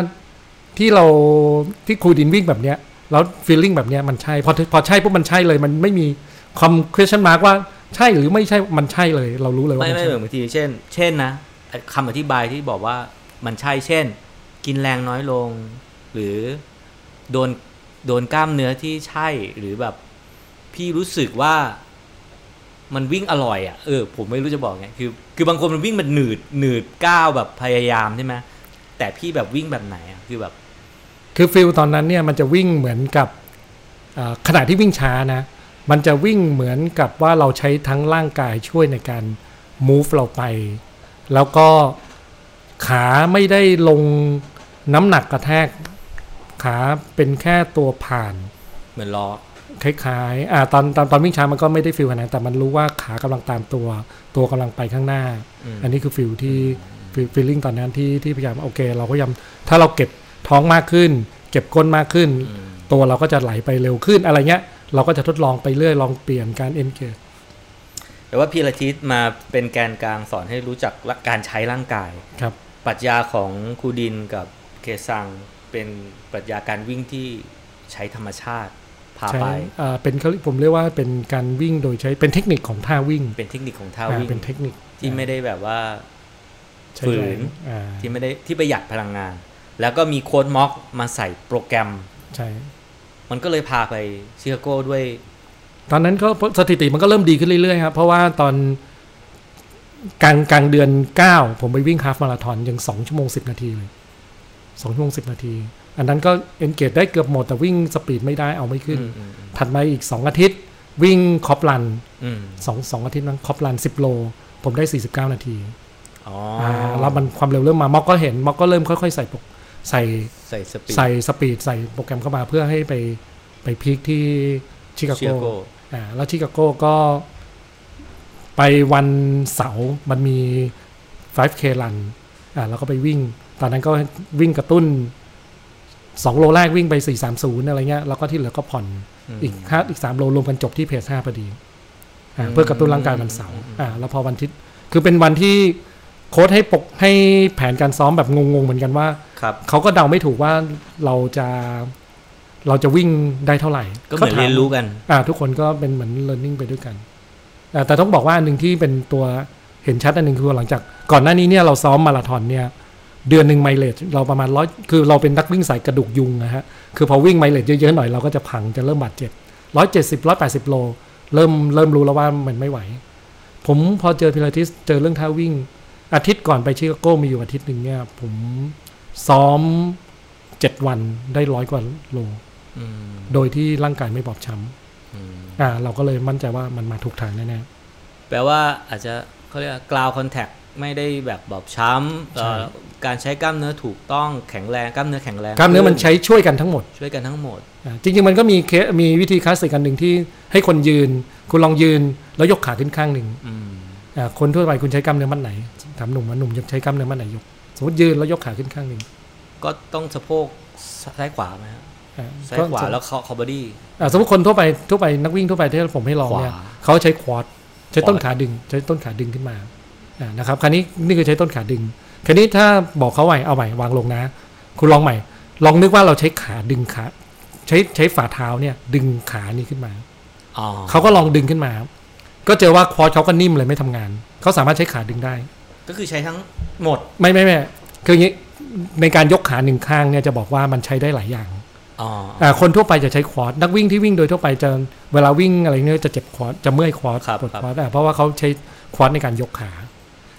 Speaker 2: ที่เราที่ครูดินวิ่งแบบเนี้ยแล้วฟีลลิ่งแบบเนี้ยมันใช่พอพอใช่ปุ๊บมันใช่เลย มันไม่มีคำ question mark ว่าใช่หรือไม่ใช่มันใช่เลย เรารู้เลยว่า
Speaker 1: ไม่
Speaker 2: มัน
Speaker 1: ไม่
Speaker 2: ใช่
Speaker 1: เหมือนบางทีเช่น เช่นนะคำอธิบายที่บอกว่ามันใช่เช่น กินแรงน้อยลง หรือโดนโดนกล้ามเนื้อที่ใช่หรือแบบพี่รู้สึกว่ามันวิ่งอร่อยอ่ะเออผมไม่รู้จะบอกไงคือ คือบางคนมันวิ่งมันหนืดหนืดก้าวแบบพยายามใช่ไหมแต่พี่แบบวิ่งแบบไหนอ่ะคือแบบ
Speaker 2: คือฟิลตอนนั้นเนี่ยมันจะวิ่งเหมือนกับอ่าขณะที่วิ่งช้านะ มันจะวิ่งเหมือนกับว่าเราใช้ทั้งร่างกายช่วยในการ move เราไป แล้วก็ขาไม่ได้ลงน้ำหนักกระแทก ขาเป็นแค่ตัวผ่าน
Speaker 1: เหมือนล้อ
Speaker 2: คล้ายๆอ่าตอนตอนตอนวิ่งช้ามันก็ไม่ได้ฟิลขนาดนั้นแต่มันรู้ว่าขากำลังตามตัว ตัวกำลังไปข้างหน้า
Speaker 1: อืม
Speaker 2: อันนี้คือฟิลที่ฟิลลิ่งตอนนั้นที่ที่พยายามโอเค เราก็พยายามถ้าเราเก็บท้องมากขึ้น เก็บก้นมากขึ้น
Speaker 1: อืม
Speaker 2: ตัวเราก็จะไหลไปเร็วขึ้นอะไรเงี้ย เราก็จะทดลองไปเรื่อยลองเปลี่ยนการเอนเกจ
Speaker 1: แต่ว่าพีระทิตมาเป็นแกนกลางสอนให้รู้จักละการใช้ร่างกาย
Speaker 2: ครับ
Speaker 1: ปรัชญาของครูดินกับเคซังเป็นปรัชญาการวิ่งที่ใช้ธรรมชาติพา
Speaker 2: ใช้
Speaker 1: ไป
Speaker 2: อ่าเป็นเขาผมเรียกว่าเป็นการวิ่งโดยใช้เป็นเทคนิคของท่าวิ่ง
Speaker 1: เป็นเทคนิคของท่า
Speaker 2: อ่า
Speaker 1: วิ่ง
Speaker 2: เป็นเทคนิค
Speaker 1: ที่ไม่ได้แบบว่า
Speaker 2: ใช้
Speaker 1: ฝื
Speaker 2: แร
Speaker 1: น
Speaker 2: งอ่า
Speaker 1: ที่ไม่ได้ที่ประหยัดพลังงาน แล้วก็มีโค้ดม็อกมาใส่โปรแกรม
Speaker 2: ใช่
Speaker 1: มันก็เลยพาไปชิคาโก้ด้วย
Speaker 2: ตอนนั้นก็สถิติมันก็เริ่มดีขึ้นเรื่อยๆครับ เพราะว่าตอนกลางกลางเดือน 9 ผมไปวิ่งฮาล์ฟมาราธอนยัง 2 ชั่วโมง 10 นาทีเลย 2 ชั่วโมง 10 นาที อันนั้นก็เอนเกจได้เกือบหมด แต่วิ่งสปีดไม่ได้เอาไม่ขึ้น
Speaker 1: อืม
Speaker 2: ถัดมาอีก 2 อาทิตย์ วิ่งคอปลัน
Speaker 1: อืม
Speaker 2: 2องสองอาทิตย์นั้นคอปลัน 10 โล ผมได้ 49 นาที
Speaker 1: อ๋อ
Speaker 2: อ่าแล้วมันความเร็วเริ่มมา ม็อกก็เห็นม็อกก็เริ่มค่อยๆใส่ปกใส่
Speaker 1: ใส่สปีด
Speaker 2: ใส่สปีดใส่โปรแกรมเข้ามาเพื่อให้ไปไปพีคที่ชิคา
Speaker 1: ชิคา
Speaker 2: โก
Speaker 1: โก้
Speaker 2: อ่าแล้วชิคาโก้ก็ไปวันเสาร์มันมี 5K รันอ่าเราก็ไปวิ่ง ตอนนั้นก็วิ่งกระตุ้น 2 โลแรกวิ่งไป 430 อะไรเงี้ยแล้วก็ที่เหลือก็ผ่อน
Speaker 1: อืม
Speaker 2: อีกห้าอีก 3 โลรวมกันจบที่เพจ5พอดีอ่า
Speaker 1: อืม
Speaker 2: เพื่อกระตุ้นร่างกายวันเสาร์อ่าแล้วพอวันอาทิตย์คือเป็นวันที่โค้ชให้ปกให้แผนการซ้อมแบบงงๆเหมือนกันว่า
Speaker 1: ครับ
Speaker 2: เขาก็เดาไม่ถูกว่าเราจะเราจะวิ่งได้เท่าไหร่
Speaker 1: ก็เหมือน
Speaker 2: ขาถา
Speaker 1: เรียนรู้กัน
Speaker 2: อ่าทุกคนก็เป็นเหมือน learning ไปด้วยกันอ่าแต่ต้องบอกว่าอันหนึ่งที่เป็นตัวเห็นชัดอันหนึ่งคือหลังจากก่อนหน้านี้เนี่ยเราซ้อมมาราธอนเนี่ยเดือนหนึ่งไมเลจเราประมาณร้อยคือเราเป็นนักวิ่งสายกระดูกยุงนะฮะ คือพอวิ่งไมเลจเยอะๆหน่อยเราก็จะพังจะเริ่มบาดเจ็บร้อยเจ็ดสิบร้อยแปดสิบโล เริ่มเริ่มรู้แล้วว่ามันไม่ไหว ผมพอเจอพิลาทิสเจอเรื่องท่าวิ่ง อาทิตย์ก่อนไปชิคาโกมีอยู่อาทิตย์หนึ่งเนี่ยผมซ้อมเจ็ดวันได้ร้อยกว่าโล
Speaker 1: อืม
Speaker 2: โดยที่ร่างกายไม่บอบช้ำ
Speaker 1: อืม
Speaker 2: อ่าเราก็เลยมั่นใจว่ามันมาถูกทางแน่
Speaker 1: แปลว่าอาจจะเขาเรียกกล่าวคอนแทค ไม่ได้แบบบอบช้ำ
Speaker 2: ใช่
Speaker 1: เอ่อการใช้กล้ามเนื้อถูกต้องแข็งแรงกล้ามเนื้อแข็งแรง
Speaker 2: กล้ามเนื้อมันใช้ช่วยกันทั้งหมด
Speaker 1: ช่วยกันทั้งหมด
Speaker 2: อ่าจริงๆมันก็มีเคสมีวิธีคลาสสิกอันหนึ่งที่ให้คนยืน คุณลองยืนแล้วยกขาขึ้นข้างหนึ่ง
Speaker 1: อืม
Speaker 2: อ่าคนทั่วไปคุณใช้กล้ามเนื้อมัดไหนถามหนุ่มว่าหนุ่มจะใช้กล้ามเนื้อมัดไหนยกสมมติยืนแล้วยกขาขึ้นข้างหนึ่ง
Speaker 1: ก็ต้องสะโพกซ้ายขวาไหมฮะ
Speaker 2: อ่า
Speaker 1: ซ้ายขวาแล้วเคาะคอบอดี้
Speaker 2: อ่าสมมติคนทั่วไปทั่วไปนักวิ่งทั่วไปที่ผมให้ลองเนี่ย
Speaker 1: ขวา
Speaker 2: เขาใช้ควอดใช้ต้นขาดึงใช้ต้นขาดึงขึ้นมาอ่านะครับคราวนี้นี่คือใช้ต้นขาดึงคราวนี้ถ้าบอกเขาใหม่เอาใหม่วางลงนะ คุณลองใหม่ ลองนึกว่าเราใช้ขาดึงขาใช้ใช้ฝ่าเท้าเนี่ยดึงขานี่ขึ้นมา
Speaker 1: อ๋อ
Speaker 2: เขาก็ลองดึงขึ้นมา ก็เจอว่าคอร์สเขาก็นิ่มเลยไม่ทำงาน เขาสามารถใช้ขาดึงได้
Speaker 1: ก็คือใช้ทั้งหมด
Speaker 2: ไม่ไม่ไม่คืออย่างนี้ ในการยกขาหนึ่งข้างเนี่ยจะบอกว่ามันใช้ได้หลายอย่าง
Speaker 1: อ๋อ
Speaker 2: อ่าคนทั่วไปจะใช้คอร์สนักวิ่งที่วิ่งโดยทั่วไปจะเวลาวิ่งอะไรเนี่ยจะเจ็บคอร์สจะเมื่อยคอร์สปวดคอร์สอ่ะเพราะว่าเขาใช้คอร์สในการยกขา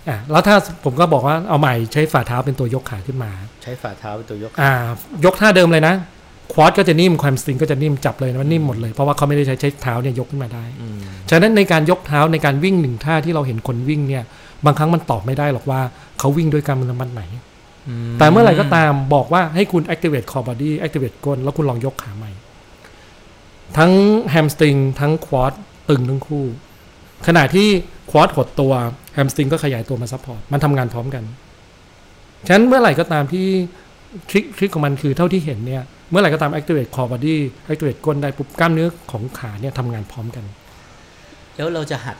Speaker 2: อ่าแล้วถ้าผมก็บอกว่าเอาใหม่ใช้ฝ่าเท้าเป็นตัวยกขาขึ้นมา
Speaker 1: ใช้ฝ่าเท้าเป็นตัวยก
Speaker 2: อ่ายกท่าเดิมเลยนะควอดก็จะนิ่มความสตริงก็จะนิ่มจับเลยนะมันนิ่มหมดเลยเพราะว่าเขาไม่ได้ใช้ใช้เท้าเนี่ยยกขึ้นมาได้
Speaker 1: อืม
Speaker 2: ฉะนั้นในการยกเท้าในการวิ่งหนึ่งท่าที่เราเห็นคนวิ่งเนี่ยบางครั้งมันตอบไม่ได้หรอกว่าเขาวิ่งด้วยการมันไหน แต่เมื่อไหร่ก็ตามบอกว่าให้คุณ activate core body activate ก้นแล้วคุณลองยกขาใหม่ ทั้ง hamstring ทั้ง quad ตึงทั้งคู่ ขณะที่ quad หดตัว hamstring ก็ขยายตัวมา support มันทำงานพร้อมกัน ฉะนั้นเมื่อไหร่ก็ตามที่ทริคทริคของมันคือเท่าที่เห็นเนี่ยเมื่อไหร่ก็ตาม activate core body activate ก้นได้ปุ๊บกล้ามเนื้อของขาเนี่ยทำงานพร้อมกัน
Speaker 1: แล้วเราจะหัด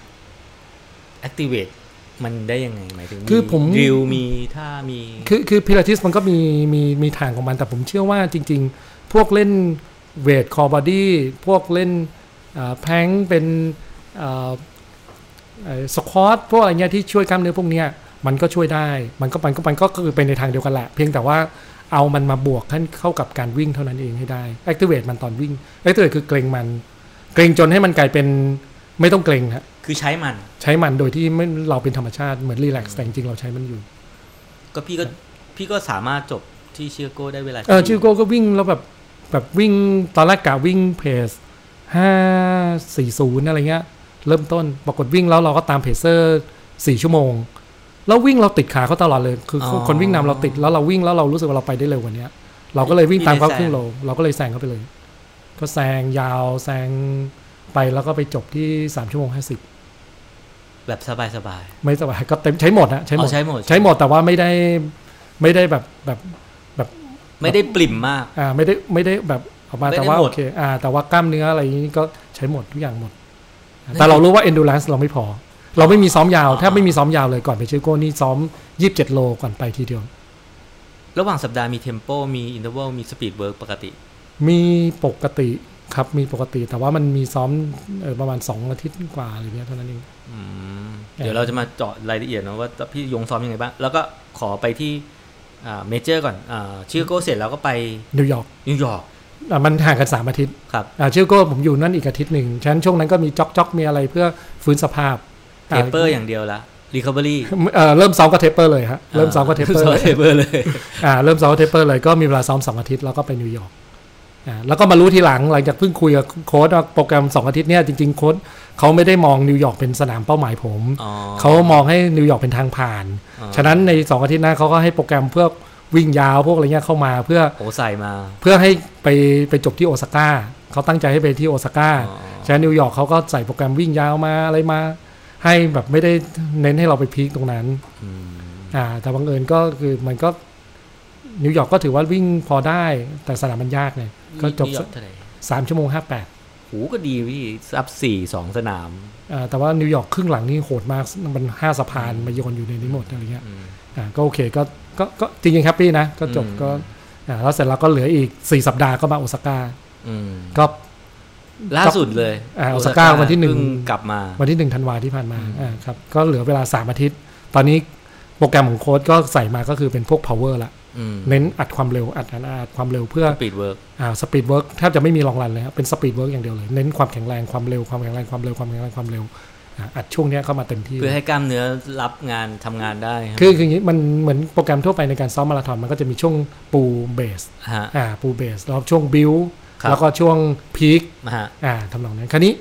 Speaker 1: activate มันได้ยังไงหมายถึง
Speaker 2: คือผม
Speaker 1: ดิวมีท่ามี
Speaker 2: คือคือพิลาทิสมันก็มีมีมีทางของมันแต่ผมเชื่อว่าจริง ๆ พวกเล่นเวทคอ r e บอดี้พวกเล่นแพงเป็นสควอตพวกอะไรเงี้ยที่ช่วยกล้ามเนื้อพวกเนี้ยมันก็ช่วยได้ มันก็มันก็มันก็คือเป็นในทางเดียวกันแหละ เพียงแต่ว่าเอามันมาบวกขั้นเข้ากับการวิ่งเท่านั้นเองให้ได้ activate มันตอนวิ่ง activate คือเกรงมัน เกรงจนให้มันกลายเป็นไม่ต้องเกรงฮะ
Speaker 1: คือใช้มัน
Speaker 2: ใช้มันโดยที่ไม่เราเป็นธรรมชาติเหมือนรีแลกซ์แต่จริงๆเราใช้มันอยู่
Speaker 1: ก็พี่ก็พี่ก็สามารถจบที่เชียโก้ได้เวลา
Speaker 2: เออชิวโก้ก็วิ่งแล้วแบบแบบวิ่งตอนแรกกะวิ่งเพจห้าสี่ศูนย์อะไรเงี้ย เริ่มต้นปรากฏวิ่งแล้วเราก็ตามเพจเซอร์สี่ชั่วโมง แล้ววิ่งเราติดขาเขาตลอดเลย คืออคนวิ่งนำเราติดแล้วเราวิ่งแล้วเรารู้สึกว่าเราไปได้เร็วกว่าเนี้ย เราก็เลยวิ่งตามเขาครึ่งโลเราก็เลยแซงเขาไปเลย ก็แซงยาวแซงไปแล้วก็ไปจบที่สามชั่วโมงห้าสิบ
Speaker 1: แบบสบายสบายๆ
Speaker 2: ไม่สบายก็เต็มใช้หมดอะใช้หม
Speaker 1: อ๋อ
Speaker 2: ด
Speaker 1: ใช้หมด
Speaker 2: ใช้หมดแต่ว่าไม่ได้ไม่ได้แบบแบบ
Speaker 1: ไม่ได้ปริ่มมาก
Speaker 2: อ่าไม่ได้ไม่ได้แบบออกมา
Speaker 1: ไม่ได้
Speaker 2: แต่ว่า
Speaker 1: หม
Speaker 2: โอ
Speaker 1: ด
Speaker 2: เคอ่าแต่ว่ากล้ามเนื้ออะไรนี้ก็ใช้หมดทุกอย่างหมด
Speaker 1: นั่น
Speaker 2: แต่เรารู้ว่า endurance เราไม่พอ เราไม่มีซ้อมยาว
Speaker 1: อ๋อ
Speaker 2: แทบไม่มีซ้อมยาวเลยก่อนไปชิโก้นี่ซ้อม 27 โลก่อนไปทีเดียว
Speaker 1: ระหว่างสัปดาห์มีเทมโป มีอินเทอร์วลมีสปีดเวิร์กปกติ
Speaker 2: มีปกติครับมีปกติ แต่ว่ามันมีซ้อมเอ่อประมาณ 2 อาทิตย์กว่าอะไรเงี้ยเท่านั้นเอง
Speaker 1: อืม เดี๋ยวเราจะมาเจาะรายละเอียดนะว่าพี่ยงซ้อมยังไงบ้าง แล้วก็ขอไปที่เมเจอร์ก่อนอาชิคาโกเสร็จแล้วก็ไป
Speaker 2: นิวยอร์ก
Speaker 1: นิวยอร์ก
Speaker 2: อ่ะมันห่างกัน 3 อาทิตย์
Speaker 1: ครับ
Speaker 2: อ่าชิโก้ผมอยู่นั่นอีกอาทิตย์หนึ่งฉะนั้นช่วงนั้นก็มีจ็อกจ็อกมีอะไรเพื่อฟื้นสภาพ
Speaker 1: เทปเปอร์อย่างเดียวละรีคาบอรี่
Speaker 2: เอ่อเริ่มซ้อมกับเทปเปอร์เลยฮะเริ่มซ้อมกับเทปเปอ
Speaker 1: [laughs]
Speaker 2: ร์
Speaker 1: เทปเปอร์เลย
Speaker 2: อ่าเริ่มซ้อมเทปเปอร์เลยก็มีเวลาซ้อมสองอาทิตย์แล้วก็ไปนิวยอร์กอ่าแล้วก็มารู้ทีหลังหลังจากเพิ่งคุยกับโค้ดว่าโปรแกรมสองอาทิตย์เนี่ยจริงๆโค้ดเขาไม่ได้มองนิวยอร์กเป็นสนามเป้าหมายผม
Speaker 1: อ๋อ
Speaker 2: เขามองให้นิวยอร์กเป็นทางผ่าน
Speaker 1: อ๋อ
Speaker 2: ฉะนั้นในสองอาทิตย์หน้าเขาก็ให้โปรแกรมเพื่อวิ่งยาวพวกอะไรเงี้ยเข้ามาเพื่อ
Speaker 1: โอใส่มา
Speaker 2: เพื่อให้ไปไปจบที่โอซาก้าเขาตั้งใจให้ไปที่โอซาก้า
Speaker 1: อ๋อ
Speaker 2: ฉะนั้นนิวยอร์กเขาก็ใส่โปรแกรมวิ่งยาวมาอะไรมา ให้แบบไม่ได้เน้นให้เราไปพีคตรงนั้น
Speaker 1: อืม
Speaker 2: อ่าแต่บังเอิญก็คือมันก็นิวยอร์กก็ถือว่าวิ่งพอได้ แต่สนามมันยากไงก็จบ
Speaker 1: นิวยอร์เท่าไหร่
Speaker 2: สามชั่วโมงห้าแปด
Speaker 1: โหก็ดีพี่ซับสี่สองสนาม
Speaker 2: อ่าแต่ว่านิวยอร์กครึ่งหลังนี่โหดมากมันห้าสะพานมาโยนอยู่ในนี้หมดอะไรเงี้ย
Speaker 1: อืม
Speaker 2: อ่าก็โอเคก็ก็ก็จริงๆแฮปปี้นะ ก็จบ
Speaker 1: อืม
Speaker 2: ก็อ่าแล้วเสร็จแล้วก็เหลืออีก 4 สัปดาห์ก็มาโอซาก้า
Speaker 1: อืม
Speaker 2: ก็
Speaker 1: ล่าสุดเลย
Speaker 2: อ่าโอซาก้าวันที่หนึ่ง
Speaker 1: เพิ่กลับมา
Speaker 2: วันที่1ธันวาที่ผ่านมาอ่าครับก็เหลือเวลา 3 อาทิตย์ ตอนนี้โปรแกรมของโค้ดก็ใส่มาก็คือเป็นพวก power ละ
Speaker 1: อืม
Speaker 2: เน้นอัดความเร็วอัดอัดอัดความเร็วเพื่อ
Speaker 1: สปีดเวิร์ก
Speaker 2: อ่าสปีดเวิร์กแทบจะไม่มีรองรันเลยครับเป็นสปีดเวิร์กอย่างเดียวเลย เน้นความแข็งแรงความเร็วความแข็งแรงความเร็วความแข็งแรงความเร็วอ่าอัดช่วงเนี้ยเข้ามาเต็มที่
Speaker 1: เพื่อให้กล้ามเนื้อรับงานทำงานได้รับ
Speaker 2: คือคืออย่างนี้มันเหมือนโปรแกรมทั่วไปในการซ้อมมาราธอนมันก็จะมีช่วงปูเบส
Speaker 1: ฮะ
Speaker 2: อ่าปูเบสแล้วช่วงบิว
Speaker 1: ครับ
Speaker 2: แล้วก็ช่วงพีค
Speaker 1: มาฮะ
Speaker 2: อ่าทำนองนั้นคราวนี้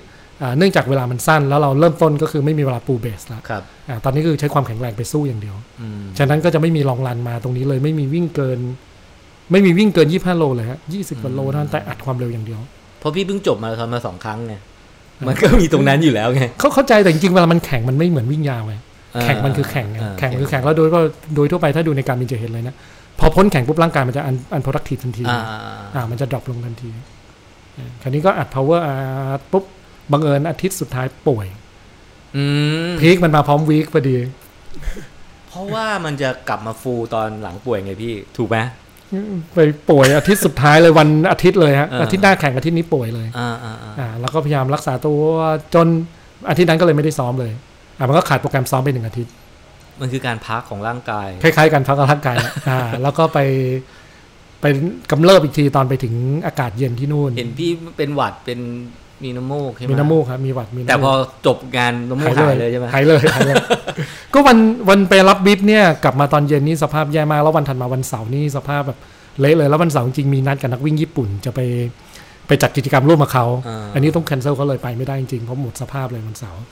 Speaker 2: อ่าเนื่องจากเวลามันสั้นแล้วเราเริ่มต้นก็คือไม่มีเวลาปูเบสละ
Speaker 1: ครับ
Speaker 2: อ่าตอนนี้คือใช้ความแข็งแรงไปสู้อย่างเดียว
Speaker 1: อืม
Speaker 2: ฉะนั้นก็จะไม่มีลองรันมาตรงนี้เลย ไม่มีวิ่งเกิน ไม่มีวิ่งเกิน 25 โลเลยฮะ20กว่าโลเท่านั้นแต่อัดความเร็วอย่างเดียว
Speaker 1: เพราะพี่เพิ่งจบมาราธอนมาสองครั้งไงมันก็มีตรงนั้นอยู่แล้วไง
Speaker 2: เขาเข้าใจแต่จริงๆเวลามันแข่งมันไม่เหมือนวิ่งยาวไงแข่งมันคือแข่งไง
Speaker 1: เ
Speaker 2: แข่งคือแข่งแล้วโดยก็โดยทั่วไปถ้าดูในการบินจะเห็นเลยนะ พอพ้นแข่งปุ๊บร่างกายมันจะอันอันโปรดักทีฟทันที
Speaker 1: อ่า
Speaker 2: อ่ามันจะดรอปลงทันทีอ่าคราวนี้ก็อัด power อ่าปุ๊บบังเอิญอาทิตย์สุดท้ายป่วย
Speaker 1: อืม
Speaker 2: พีคมันมาพร้อมวีคพอดี
Speaker 1: เพราะว่ามันจะกลับมาฟูตอนหลังป่วยไงพี่ถูกไหม
Speaker 2: ไปป่วยอาทิตย์สุดท้ายเลยวันอาทิตย์เลยฮะ
Speaker 1: เอออ
Speaker 2: อาทิตย์หน้าแข่งอาทิตย์นี้ป่วยเลย
Speaker 1: อ่าอ่าอ่า
Speaker 2: อ่าแล้วก็พยายามรักษาตัวจนอาทิตย์นั้นก็เลยไม่ได้ซ้อมเลยอ่ามันก็ขาดโปรแกรมซ้อมไปหนึ่งอาทิตย์
Speaker 1: มันคือการพักของร่างกาย
Speaker 2: คล้าย ๆ กันพักร่างกายแหละ [laughs] อ่า แล้วก็ไปไปกำเริบอีกทีตอนไปถึงอากาศเย็นที่นู่น
Speaker 1: เห็นพี่เป็นหวัดเป็นมีน้ำมูกใช่ไหม
Speaker 2: มีน้ำมูกครับมีหวัดมีน้ำมูก
Speaker 1: แต่พอจบงานน้ำมูกหายเลยใช่ไหม
Speaker 2: หายเลยหายเลย [laughs] ก็วันวันไปรับบิฟเนี่ยกลับมาตอนเย็นนี่สภาพแย่มากแล้ววันถัดมาวันเสาร์นี่สภาพแบบเละเลยแล้ววันเสาร์จริงๆมีนัดกับนักวิ่งญี่ปุ่นจะไปไปจัดกิจกรรมร่วมกับเขา
Speaker 1: า
Speaker 2: อันนี้ต้องแคนเซิลเขาเลยไปไม่ได้จริงๆเพราะหมดสภาพเลยวันเสาร์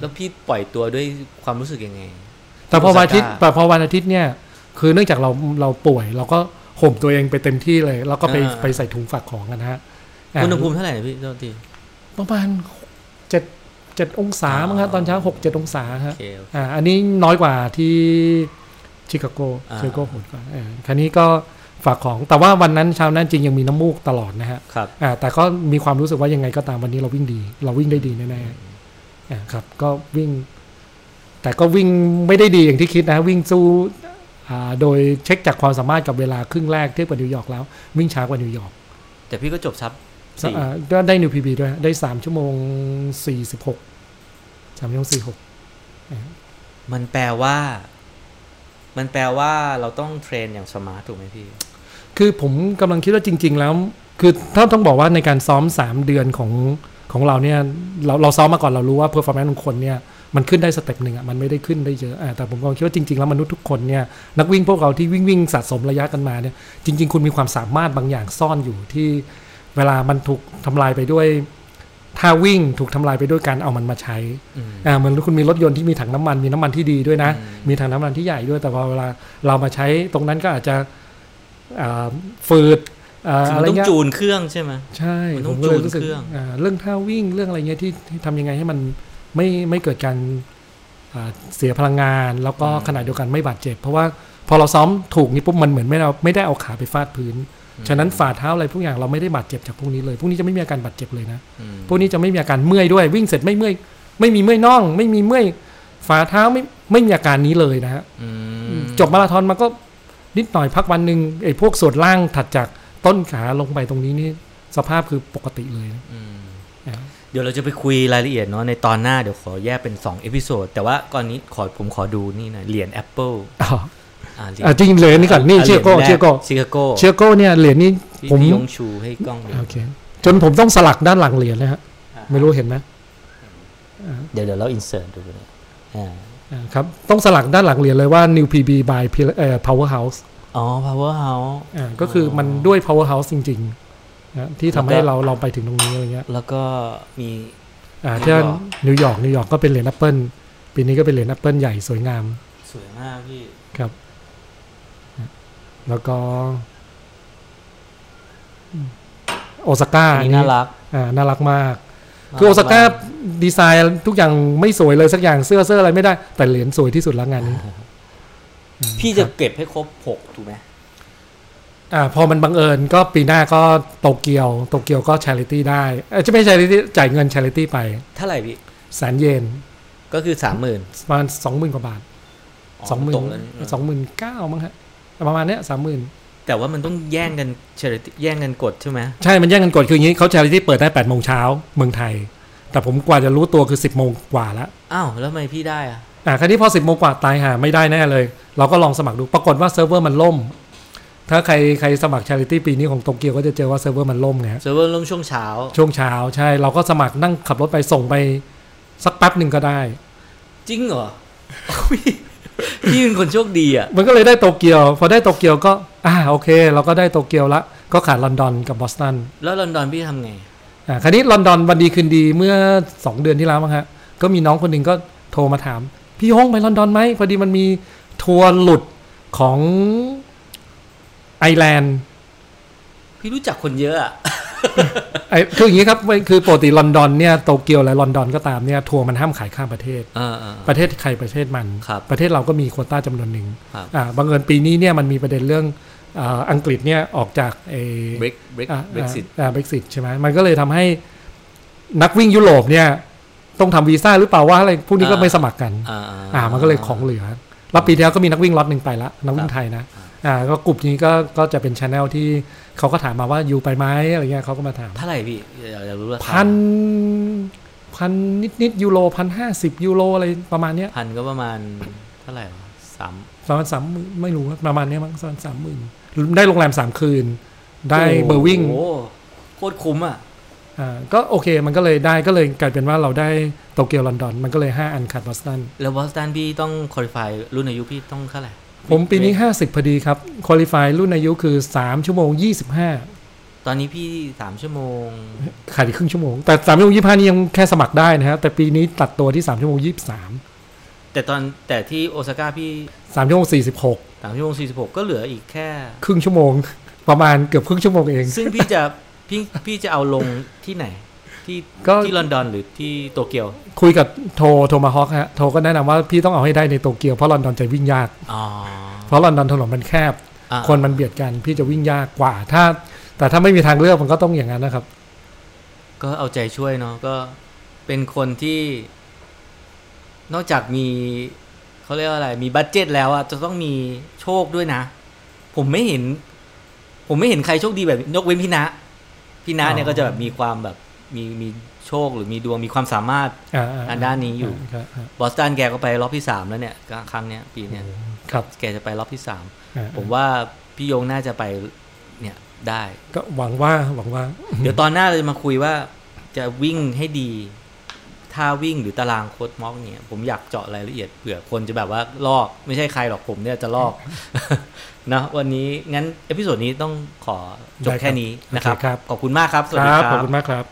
Speaker 1: แล้วพี่ปล่อยตัวด้วยความรู้สึกยังไง
Speaker 2: แต่พอวันอาทิตย์
Speaker 1: โอซาก้า
Speaker 2: แต่พอวันอาทิตย์เนี่ยคือเนื่องจากเราเราป่วย เราก็ห่มตัวเองไปเต็มที่เลย แล้วก็ไป
Speaker 1: อ่า
Speaker 2: ไปใส่ถุงฝากของกันนะฮะ
Speaker 1: อุณหภู
Speaker 2: อ่า
Speaker 1: มิเท่าไหร่นะพี่เจ้าที
Speaker 2: ประมาณเจ็ดเจ็ดองศามั้งฮะตอนเช้าหกเจ็ดองศา
Speaker 1: โอ
Speaker 2: ฮะ
Speaker 1: เคโอเค
Speaker 2: อ่าอันนี้น้อยกว่าที่ชิคาโก
Speaker 1: อ่า
Speaker 2: ชิคาโกโหดกว่าเออคราวนี้ก็ฝากของแต่ว่าวันนั้นเช้านั้นจริงยังมีน้ำมูกตลอดนะฮะ
Speaker 1: ครับ
Speaker 2: อ่าแต่ก็มีความรู้สึกว่ายังไงก็ตามวันนี้เราวิ่งดี เราวิ่งได้ดีแน่ๆอ่าครับก็วิ่ง แต่ก็วิ่งไม่ได้ดีอย่างที่คิดนะ วิ่งสู้อ่าโดยเช็คจากความสามารถกับเวลาครึ่งแรกเทียบกับนิวยอร์กแล้ว วิ่งช้ากว่านิวยอร์ก
Speaker 1: แต่พี่ก็จบซับสี่
Speaker 2: อ่าก็ได้นิวพีบีด้วยฮะได้สามชั่วโมงสี่สิบหกสามชั่วโมงสี่หก
Speaker 1: มันแปลว่า มันแปลว่าเราต้องเทรนอย่างสมาร์ทถูกไหมพี่
Speaker 2: คือผมกำลังคิดว่าจริง ๆ แล้ว คือถ้าต้องบอกว่าในการซ้อม 3 เดือนของของเราเนี่ยเราเราซ้อมมาก่อนเรารู้ว่าเพอร์ฟอร์แมนซ์ของคนเนี่ยมันขึ้นได้สเต็ปหนึ่งอ่ะมันไม่ได้ขึ้นได้เยอะอ่ะแต่ผมก็คิดว่าจริง ๆ แล้วมนุษย์ทุกคนเนี่ยนักวิ่งพวกเราที่วิ่งวิ่งสะสมระยะกันมาเนี่ยจริง ๆ คุณมีความสามารถบางอย่างซ่อนอยู่ที่เวลามันถูกทำลายไปด้วยท่าวิ่งถูกทำลายไปด้วยการเอามันมาใช้
Speaker 1: อืม
Speaker 2: อ่าเหมือนคุณมีรถยนต์ที่มีถังน้ำมันมีน้ำมันที่ดีด้วยนะ
Speaker 1: อืม
Speaker 2: มีถังน้ำมันที่ใหญ่ด้วยแต่พอเวลาเรามาใช้ตรงนั้นก็อาจจะอ่าฝืดอ่า
Speaker 1: คือ
Speaker 2: อะ
Speaker 1: มัน
Speaker 2: ไร
Speaker 1: ต้อง
Speaker 2: เงี้ย
Speaker 1: จูนเครื่องใช่ไหม
Speaker 2: ใช่
Speaker 1: มัน
Speaker 2: ผ
Speaker 1: ต้อง
Speaker 2: มก็เลย
Speaker 1: จูน
Speaker 2: รู้สึก
Speaker 1: เครื่อง
Speaker 2: อ่าเรื่องท่าวิ่งเรื่องอะไรเงี้ยที่ที่ทำยังไงให้มันไม่ไม่เกิดการอ่าเสียพลังงาน แล้วก็ขณะเดียวกันไม่บาดเจ็บ เพราะว่าพอเราซ้อมถูกนี่ปุ๊บมันเหมือนไม่เราไม่ได้เอาขาไปฟาดพื้น ฉะนั้นฝ่าเท้าอะไรพวกอย่างเราไม่ได้บาดเจ็บจากพวกนี้เลยพวกนี้จะไม่มีอาการบาดเจ็บเลยนะ
Speaker 1: อืม
Speaker 2: พวกนี้จะไม่มีอาการเมื่อยด้วยวิ่งเสร็จไม่เมื่อยไม่มีเมื่อยน่อง ไม่มีเมื่อยฝ่าเท้าไม่ไม่มีอาการนี้เลยนะฮะ
Speaker 1: อืม
Speaker 2: จบมาราธอนมาก็นิดหน่อยพักวันหนึ่งไอ้พวกส่วนล่างถัดจากต้นขาลงไปตรงนี้นี่สภาพคือปกติเลยนะ
Speaker 1: อืม
Speaker 2: อ่า
Speaker 1: เดี๋ยวเราจะไปคุยรายละเอียดเนาะในตอนหน้าเดี๋ยวขอแยกเป็น2เอพิโซดแต่ว่าก่อนนี้ขอผมขอดูนี่หนะเหรียญ Apple
Speaker 2: อ๋อ
Speaker 1: อ่าเหรียญ
Speaker 2: อ่ะจริงเลยนี่ก่อนนี่เชียโก้เชียโก้
Speaker 1: ชิคาโก้
Speaker 2: เชียโก้เนี่ยเหรียญนี้
Speaker 1: ที่
Speaker 2: ผม
Speaker 1: พี่ยงชูให้กล้องดู
Speaker 2: โอเคจนผมต้องสลักด้านหลังเหรียญนะฮะ
Speaker 1: อ่า
Speaker 2: ไม่รู้เห็นไหม
Speaker 1: เดี๋ยวเดี๋ยวเราอินเสิร์ตดูนะอ่า
Speaker 2: อ่าครับต้องสลักด้านหลังเหรียญเลยว่า New PB by Pil- เอ่อ Powerhouse
Speaker 1: อ๋อ power house
Speaker 2: อ่าก็คือมันด้วย powerhouse จริงๆนะที่ทำให้เราเราไปถึงตรงนี้อะไรเงี้ย
Speaker 1: แล้วก็มี
Speaker 2: อ่า
Speaker 1: นิวยอร์ก
Speaker 2: ที่นิวยอร์กนิวยอร์กก็เป็นเหรียญแอปเปิลปีนี้ก็เป็นเหรียญแอปเปิลใหญ่สวยงาม
Speaker 1: สวยมากพี่
Speaker 2: ครับ แล้วก็โอซาก้า
Speaker 1: อันนี้น่ารัก
Speaker 2: อ่าน่ารักมาก คือโอซาก้าดีไซน์ทุกอย่างไม่สวยเลยสักอย่างเสื้อเสื้ออะไรไม่ได้ แต่เหรียญสวยที่สุดแล้วงานนี้
Speaker 1: พี่จะเก็บให้ครบหกถูกไหม
Speaker 2: อ่าพอมันบังเอิญก็ปีหน้าก็โตเกียวโตเกียวก็ชาริตี้ได้เอ้ยจะไม่ชาริตี้จ่ายเงินชาริตี้ไป
Speaker 1: เท่าไหร่พี่
Speaker 2: แสนเยน
Speaker 1: ก็คือสามหมื่น
Speaker 2: ประมาณสองหมื่นกว่าบาทสองหมื่นสองหมื่นเก้ามั้งฮะประมาณเนี้ยสามหมื่น
Speaker 1: แต่ว่ามันต้องแย่งกันเฉลแย่งกันกดใช่ไหม
Speaker 2: ใช่มันแย่งกันกดคืออย่างนี้เขาแชร์ที่เปิดได้แปดโมงเช้าเมืองไทย แต่ผมกว่าจะรู้ตัวคือสิบโมงกว่าละ
Speaker 1: อ้าว แล้วทำไมพี่ได้อะ
Speaker 2: อ่าคราวนี้พอสิบโมงกว่าตายหาไม่ได้แน่เลย เราก็ลองสมัครดูปรากฏว่าเซิร์ฟเวอร์มันล่ม ถ้าใครใครสมัครชาริตี้ปีนี้ของโตเกียวก็จะเจอว่าเซิร์ฟเวอร์มันล่มไงฮะ
Speaker 1: เซิร์ฟเวอร์ล่มช่วงเช้า
Speaker 2: ช่วงเช้าใช่เราก็สมัครนั่งขับรถไปส่งไปสักแป๊บหนึ่งก็ได้
Speaker 1: จริงเหรอ พี่ [laughs] พี่เป็นคนโชคดีอ่ะ
Speaker 2: มันก็เลยได้โตเกียว พอได้โตเกียวก็อ่าโอเค เราก็ได้โตเกียวละก็ขาดลอนดอนกับบอสตัน
Speaker 1: แล้วลอนดอนพี่ทำไง
Speaker 2: อ่าคราวนี้ลอนดอนวันดีคืนดีเมื่อสองเดือนที่แล้วมั้งฮะก็มีน้องคนหนึ่งก็โทรมาถาม พี่ฮงไปลอนดอนไหมพอดีมันมีทัวร์หลุดของไอร์แลนด์
Speaker 1: พี่รู้จักคนเยอะอะ
Speaker 2: ไอ้คืออย่างนี้ครับมันคือปกติลอนดอนเนี่ยโตเกียวและลอนดอนก็ตามเนี่ยทัวร์มันห้ามขายข้ามประเทศ
Speaker 1: เออเออ
Speaker 2: ประเทศใครประเทศมัน
Speaker 1: ครับ
Speaker 2: ประเทศเราก็มีโควต้าจำนวนหนึ่ง
Speaker 1: ครับ
Speaker 2: อ่าบังเอิญปีนี้เนี่ยมันมีประเด็นเรื่องอ่าอังกฤษเนี่ยออกจากเอ
Speaker 1: break break
Speaker 2: อ่า
Speaker 1: Brexit
Speaker 2: อ่าเบรกซิตใช่ไหมมันก็เลยทำให้นักวิ่งยุโรปเนี่ยต้องทำวีซ่าหรือเปล่าว่าอะไรพวกนี้ก็
Speaker 1: อ่า
Speaker 2: ไม่สมัครกัน
Speaker 1: อ่าอ่า
Speaker 2: อ่ามันก็เลยของเหลือแล้วปีที่แล้วก็มีนักวิ่งล็อตหนึ่งไปละนักวิ่งไทยนะอ่าก็กลุ่มนี้ก็ก็จะเป็นชแนลที่เขาก็ถามมาว่าอยู่ไปไหมอะไรเงี้ยเขาก็มาถาม
Speaker 1: เท่าไหร่พี่อยากจะรู้ราคา
Speaker 2: พันพันนิดนิดๆยูโรพันห้าสิบยูโรอะไรประมาณเนี้ย
Speaker 1: พันก็ประมาณเท่าไหร่วะสาม
Speaker 2: ประมาณสามไม่รู้ว่าประมาณเนี้ยมั้งประมาณสามหมื่นได้โรงแรมสามคืน ได้เบอร์วิ่ง
Speaker 1: โอ้โหโคตรคุ้มอ่ะ
Speaker 2: อ่าก็โอเคมันก็เลยได้ก็เลยกลายเป็นว่าเราได้โตเกียวลอนดอน มันก็เลย 5 อันขาดบอสตัน
Speaker 1: แล้วบอสตันพี่ต้องคอลิฟายรุ่นอายุพี่ต้องเท่าไหร่
Speaker 2: ผมปีนี้ 50 พอดีครับคุริฟายรุ่นอายุคือ 3 ชั่วโมง 25
Speaker 1: ตอนนี้พี่สามชั่วโมง
Speaker 2: ขาดอีกครึ่งชั่วโมง แต่ 3 ชั่วโมง 25 นี่ยังแค่สมัครได้นะฮะแต่ปีนี้ตัดตัวที่ 3 ชั่วโมง 23
Speaker 1: แต่ตอนแต่ที่โอซาก้าพี่
Speaker 2: 3 ชั่วโมง 46
Speaker 1: สามชั่วโมงสี่สิบหกก็เหลืออีกแค่
Speaker 2: ครึ่งชั่วโมง ประมาณเกือบครึ่งชั่วโมงเอง
Speaker 1: ซึ่งพี่จะพี่พี่จะเอาลงที่ไหน ที่
Speaker 2: ก็
Speaker 1: ที่ลอนดอนหรือที่โตเกียว
Speaker 2: คุยกับโทโทมาฮอกฮะ โทก็แนะนำว่าพี่ต้องเอาให้ได้ในโตเกียวเพราะลอนดอนจะวิ่งยาก
Speaker 1: อ๋อ
Speaker 2: เพราะลอนดอนถนนมันแคบ
Speaker 1: อ่ะ
Speaker 2: คนมันเบียดกันพี่จะวิ่งยากกว่า ถ้า แต่ถ้าไม่มีทางเลือกมันก็ต้องอย่างนั้นนะครับ
Speaker 1: ก็เอาใจช่วยเนาะก็เป็นคนที่ นอกจากมีเขาเรียกว่าอะไร มีบัตเจ็ตแล้วอะจะต้องมีโชคด้วยนะ ผมไม่เห็น ผมไม่เห็นใครโชคดีแบบยกเว้นพี่นะพี่นะเนี่ย
Speaker 2: อ๋อ
Speaker 1: ก็จะแบบมีความแบบมีมีโชคหรือมีดวงมีความสามารถ
Speaker 2: อ่า
Speaker 1: อันด้านนี้อยู่
Speaker 2: ครับครับ
Speaker 1: บอสตันแกก็ไปรอบที่สามแล้วเนี่ยครั้งเนี้ยปีเนี้ย
Speaker 2: ครับ
Speaker 1: แกจะไปรอบที่สาม
Speaker 2: อ่า
Speaker 1: ผมว่าพี่โยงน่าจะไปเนี่ยได้
Speaker 2: ก็หวังว่าหวังว่า
Speaker 1: เดี๋ยวตอนหน้าเราจะมาคุยว่าจะวิ่งให้ดีท่าวิ่งหรือตารางโค้ดม็อกเนี่ยผมอยากเจาะรายละเอียดเผื่อคนจะแบบว่าลอกไม่ใช่ใครหรอกผมเนี่ยจะล
Speaker 2: [laughs]
Speaker 1: อก นะวันนี้งั้นเอพิโซดนี้ต้องขอจบ
Speaker 2: ได้ครับ
Speaker 1: แค่นี้นะครับ
Speaker 2: โอเคครับ
Speaker 1: ขอบคุณมากครับ สวัส
Speaker 2: ค
Speaker 1: ดี
Speaker 2: รับ
Speaker 1: ค
Speaker 2: ขอบ
Speaker 1: รับ
Speaker 2: คุณมากครับ